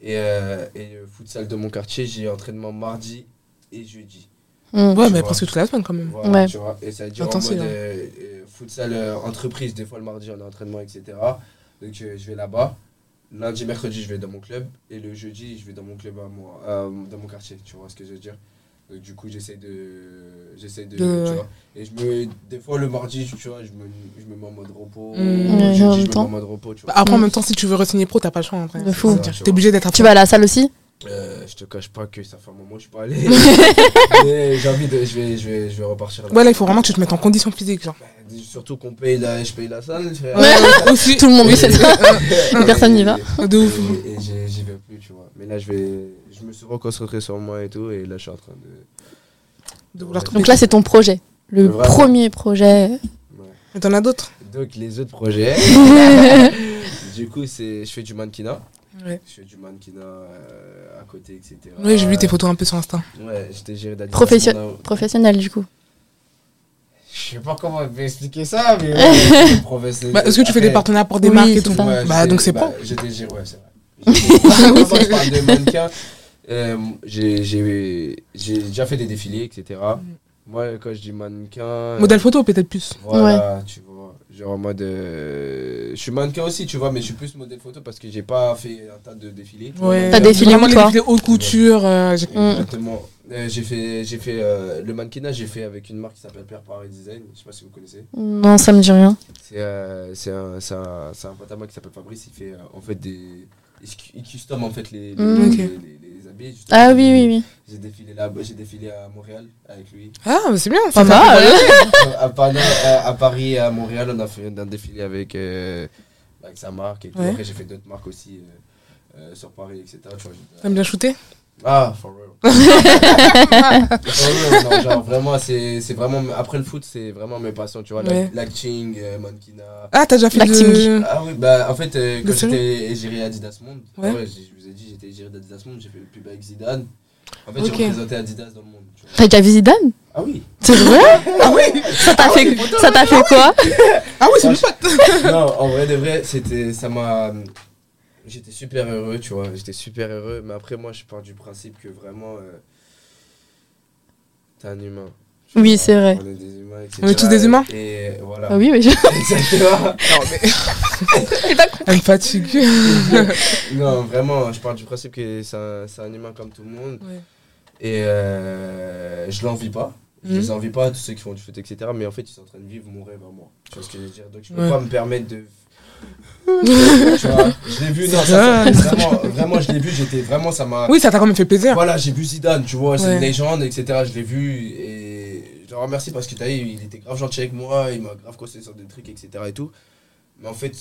S2: Et, euh, et euh, futsal de mon quartier, j'ai entraînement mardi et jeudi.
S3: Mmh.
S1: Ouais,
S2: Tu
S1: mais
S2: vois.
S1: presque toute la semaine quand même.
S2: Voilà,
S3: Ouais.
S2: tu vois. Et ça dure en
S1: Intense,
S2: mode
S1: hein.
S2: euh, euh, futsal euh, entreprise, des fois le mardi on a entraînement, etc. Donc euh, je vais là-bas. Lundi, mercredi, je vais dans mon club. Et le jeudi, je vais dans mon club à moi, à- dans mon quartier, tu vois ce que je veux dire. Donc, du coup, j'essaie de. J'essaie de.
S1: De-
S2: tu vois. Et je me. Des fois, le mardi, tu vois, je me, je me mets en mode repos.
S1: Mmh.
S2: Le
S1: Ouais,
S2: jeudi,
S3: en même
S2: je me mets
S3: temps.
S2: en mode repos, tu
S1: Bah,
S2: vois.
S1: Après, en
S3: Mm.
S1: même temps, si tu veux re-signer pro, t'as pas le choix. Après.
S3: De fou.
S1: C'est-à-dire, T'es obligé d'être à
S3: Tu
S1: fond.
S3: vas à la salle aussi
S2: Euh, je te cache pas que ça fait un moment que je suis pas allé. Mais j'ai envie de. Je vais, je vais, je vais repartir là.
S1: Ouais, là, il faut vraiment que tu te mettes en condition physique. Genre.
S2: Bah, Surtout qu'on paye la, je paye la salle. frère.
S1: Aussi,
S3: Tout le monde veut cette
S2: Et-
S3: personne n'y va.
S1: de
S2: Et,
S1: ouf.
S2: et j'ai- j'y vais plus, tu vois. Mais là, je vais, je me suis reconcentré sur moi et tout, et là, je suis en train de.
S1: De vouloir tout
S3: Donc là, c'est ton projet. Le
S2: Vraiment.
S3: premier projet.
S2: ouais.
S1: Mais t'en as d'autres
S2: Donc les autres projets. du coup, c'est, je fais du mannequinat.
S1: Ouais.
S2: Je fais du mannequinat euh, à côté, etc.
S1: Ouais, j'ai vu tes photos un peu sur Insta.
S2: Ouais, j'étais géré d'administration
S3: Profession-
S2: d'un-
S3: Professionnel, du coup.
S2: Je sais pas comment expliquer ça, mais ouais, professionnel.
S1: Bah, Est-ce que tu fais des
S2: Après-
S1: partenariats pour des
S3: Oui,
S1: marques et
S3: c'est
S1: tout
S3: ça.
S2: Ouais,
S1: Bah,
S2: j'étais-
S1: donc c'est Bah
S2: bah,
S1: pro.
S2: J'étais géré, ouais, c'est vrai. J'étais- Quand je parle de mannequin, euh, j'ai- j'ai j'ai déjà fait des défilés, etc. Moi, quand je dis mannequin. euh,
S1: Modèle photo, peut-être plus.
S2: Voilà, tu vois. Genre en mode. euh, je suis mannequin aussi, tu vois, mais je suis plus modèle photo parce que j'ai pas fait un tas de défilés. Euh,
S1: Ouais.
S3: T'as défilé
S1: Vraiment
S3: où,
S1: les
S3: toi
S1: défilés haute couture. euh, j'ai-
S2: Exactement.
S1: Mm.
S2: Euh, j'ai fait, j'ai fait euh, le mannequinat, j'ai fait avec une marque qui s'appelle Pair Paris Design. Je sais pas si vous connaissez.
S3: Non, ça me dit rien.
S2: C'est euh, c'est un, c'est un, c'est un pote à moi qui s'appelle Fabrice, il fait euh, en fait des. Il cu- il custom en fait les, les,
S3: Mm.
S1: Ok.
S2: les, les- les habits. justement.
S3: Ah oui, oui, oui.
S2: J'ai défilé là, j'ai défilé à Montréal avec lui.
S1: Ah, bah, c'est bien.
S3: Pas
S1: ça fait un
S3: mal.
S1: voyage.
S2: à, Paris, à, à Paris et à Montréal, on a fait un défilé avec, euh, avec sa marque. Et tout.
S1: Ouais.
S2: Après, j'ai fait d'autres marques aussi euh, euh, sur Paris, etc. Tu vois, j'ai-
S1: T'aimes bien shooter
S2: Ah, for real. For real, non, genre, vraiment, c'est c'est vraiment. Après le foot, c'est vraiment mes passions, tu vois. la-
S1: Ouais.
S2: L'acting, euh, mannequinat.
S1: Ah, t'as déjà fait
S3: L'acting.
S1: de...
S2: Ah oui, bah en fait, euh,
S1: Le
S2: quand
S1: salon
S2: j'étais géré Adidas Monde, ah
S1: Ouais.
S2: ouais. j'ai- je vous ai dit, j'étais géré d'Adidas Monde, j'ai fait le pub avec Zidane. En fait,
S1: Ok.
S2: j'ai représenté Adidas dans le monde. tu vois.
S3: T'as déjà vu Zidane
S2: Ah oui
S3: C'est vrai
S1: Ah oui
S3: Ça t'a fait, ça t'a fait quoi
S1: Ah oui, c'est
S2: Ah,
S1: mon pote
S2: Non, en vrai de vrai, c'était, ça m'a. J'étais super heureux, tu vois, j'étais super heureux, mais après, moi, je pars du principe que vraiment. euh, T'es un humain. tu
S3: Oui,
S2: vois.
S3: c'est vrai.
S2: On est des humains, etc.
S1: On est tous des humains
S2: Et euh, voilà.
S3: Ah oui, mais je...
S2: Exactement.
S1: Elle me fatigue.
S2: non, vraiment, je pars du principe que c'est un- c'est un humain comme tout le monde. Et euh, je l'envie pas. Je
S1: Mhm.
S2: les envie pas, tous ceux qui font du foot, etc. Mais en fait, ils sont en train de vivre mon rêve à moi. Tu vois ce que je veux dire Donc, je peux
S1: Ouais.
S2: pas me permettre de. tu vois, je l'ai vu, non, ça,
S1: C'est
S2: vraiment, vraiment, je l'ai vu, j'étais vraiment, ça m'a.
S1: Oui, ça t'a quand même fait plaisir.
S2: Voilà, j'ai vu Zidane, tu vois, c'est
S1: Ouais.
S2: une légende, etc. Je l'ai vu et je le remercie parce que t'as vu, il était grave gentil avec moi, il m'a grave conseillé sur des trucs, etc. et tout. Mais en fait,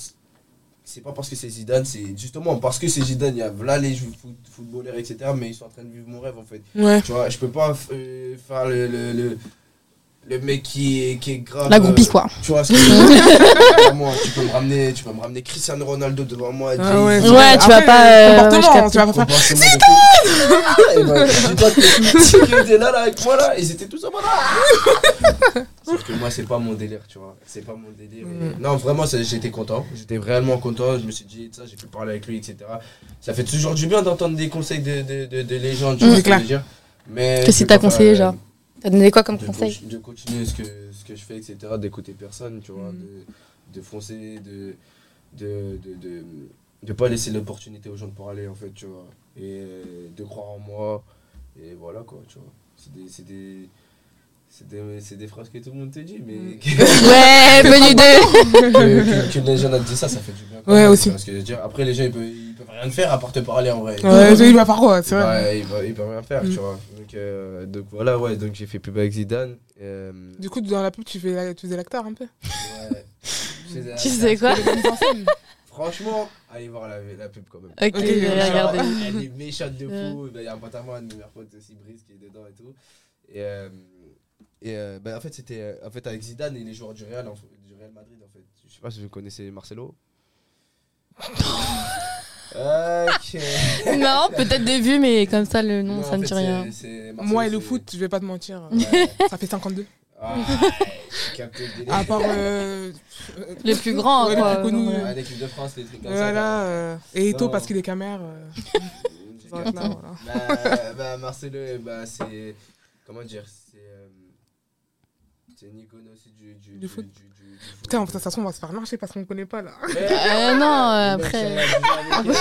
S2: c'est pas parce que c'est Zidane, c'est justement parce que c'est Zidane, il y a là les jou- foot- footballeurs, etc. Mais ils sont en train de vivre mon rêve en fait.
S1: Ouais.
S2: Tu vois, je peux pas euh, faire le, le, le, le mec qui est, qui est grave.
S3: La groupie,
S2: euh,
S3: quoi.
S2: tu vois ce que je veux dire Vraiment, tu peux me ramener, tu peux me ramener Cristiano Ronaldo devant moi.
S1: Ah
S2: Jay-Z,
S1: c'est-
S3: Ouais, tu vas
S1: Après,
S3: pas, euh, ouais, je
S1: comportement,
S3: capte.
S1: tu vas pas faire.
S2: Comportement de fou. Et ben, dis-toi que tous les petits qui étaient là, là, avec moi, là, ils étaient tous en mode Ah Sauf que moi, c'est pas mon délire, tu vois. C'est pas mon délire.
S1: Mm.
S2: Non, vraiment, c'est- j'étais content. J'étais réellement content. Je me suis dit, ça, j'ai pu parler avec lui, etc. Ça fait toujours du bien d'entendre des conseils de, de, de, de légendes, tu
S1: Mm.
S2: vois
S1: C'est
S2: ce que je veux
S1: clair.
S2: dire. Mais.
S3: Qu'est-ce
S2: je vais
S3: qu'il t'a
S2: pas faire,
S3: conseillé,
S2: euh,
S3: genre T'as donné quoi comme
S2: de,
S3: conseil
S2: con- de continuer ce que, ce que je fais, etc. D'écouter personne, tu vois,
S1: Mhm.
S2: de, de foncer, de de, de, de de pas laisser l'opportunité aux gens de parler, en fait, tu vois. Et euh, de croire en moi. Et voilà, quoi, tu vois. C'est des, c'est des, c'est des, c'est des phrases que tout le monde te dit, mais
S1: Mhm.
S2: que,
S3: Ouais, menu de...
S2: que, que les gens te disent ça, ça fait du bien. quand
S1: Ouais,
S2: même,
S1: aussi.
S2: tu vois ce que je veux dire. Après, les gens, ils peuvent, ils peuvent rien faire à part te parler en vrai.
S1: Ouais, il va par quoi, c'est vrai.
S2: Ouais, ils peuvent- ils peuvent rien faire,
S1: Mm.
S2: tu vois. Donc, euh, donc voilà, ouais, donc j'ai fait pub avec Zidane. euh,
S1: Du coup, dans la pub, tu, fais la- tu faisais l'acteur un peu.
S2: ouais. Je les ai-
S3: Tu sais quoi
S1: La mise en scène.
S2: Franchement, allez voir la, la pub quand même.
S3: Ok,
S1: Ok,
S3: je vais
S1: genre-
S3: regarder.
S2: Elle est méchante de
S3: Ouais.
S2: fou. Il y a un pantalon un de mes potes aussi, Brice, qui est dedans et tout. Et, euh, et euh, bah, en fait, c'était euh, en fait, avec Zidane et les joueurs du Real, en fait- du Real Madrid. En fait. Je sais pas si vous connaissez Marcelo. ok.
S3: C'est marrant, peut-être des vues, mais comme ça, le nom,
S2: Non,
S3: ça
S2: en
S3: me
S2: fait,
S3: dit rien.
S2: c'est- c'est- Marcelo,
S1: Moi et le
S2: c'est-
S1: foot, je vais pas te mentir.
S2: Ouais.
S1: Ça fait 52.
S2: Ah, j'ai capté le délire.
S1: À part. euh, euh,
S3: Les plus grands,
S1: Ouais, les
S3: quoi.
S1: plus connus.
S3: Ouais.
S2: Ouais, L'équipe de France, les trucs comme
S1: Voilà.
S2: ça.
S1: euh, et Eto
S2: Non.
S1: parce qu'il est camère. euh,
S2: J'ai
S1: voilà,
S2: capté.
S1: voilà.
S2: bah, bah, Marcelo, eh bah, c'est. Comment dire C'est. euh, c'est une icône aussi du, du,
S1: Du foot.
S2: du- du- du foot.
S1: Putain, de toute façon, on va se faire marcher parce qu'on connaît pas là.
S3: Euh, non, euh,
S2: Le mec,
S3: après,
S2: ça va vous dire,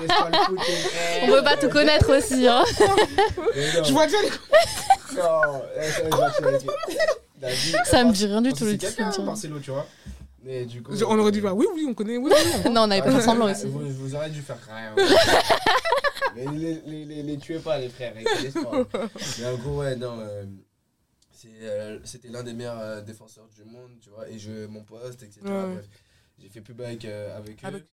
S2: mais qu'est-ce qu'on connaît pas le foot, les
S3: on
S2: gars
S3: peut pas tout connaître aussi. Hein.
S2: Mais non,
S1: Je vois déjà les coups.
S2: non, eh, ça, je vois que c'est- La vie-
S3: Ça me dit rien du
S2: Parce
S3: tout,
S2: que
S3: le
S2: c'est
S3: titre.
S2: quelqu'un, hein,
S3: ça me dit
S2: Marcelo, tu vois. Mais du coup. euh,
S1: Je- On aurait dû voir. Oui, oui, on connaît. Oui, oui, on
S3: rien. Non, on avait pas
S2: Ah,
S3: fait semblant
S2: ah,
S3: aussi.
S2: Vous, vous auriez dû faire rien. Mais les, les, les, les tuez pas, les frères. avec l'espoir. Mais en gros, ouais, non. euh, c'est, euh, C'était l'un des meilleurs euh, défenseurs du monde, tu vois. Et je mon poste, etc.
S1: Ouais, ouais.
S3: Ah,
S2: Bref, j'ai fait pub avec, euh, avec eux.
S1: Avec-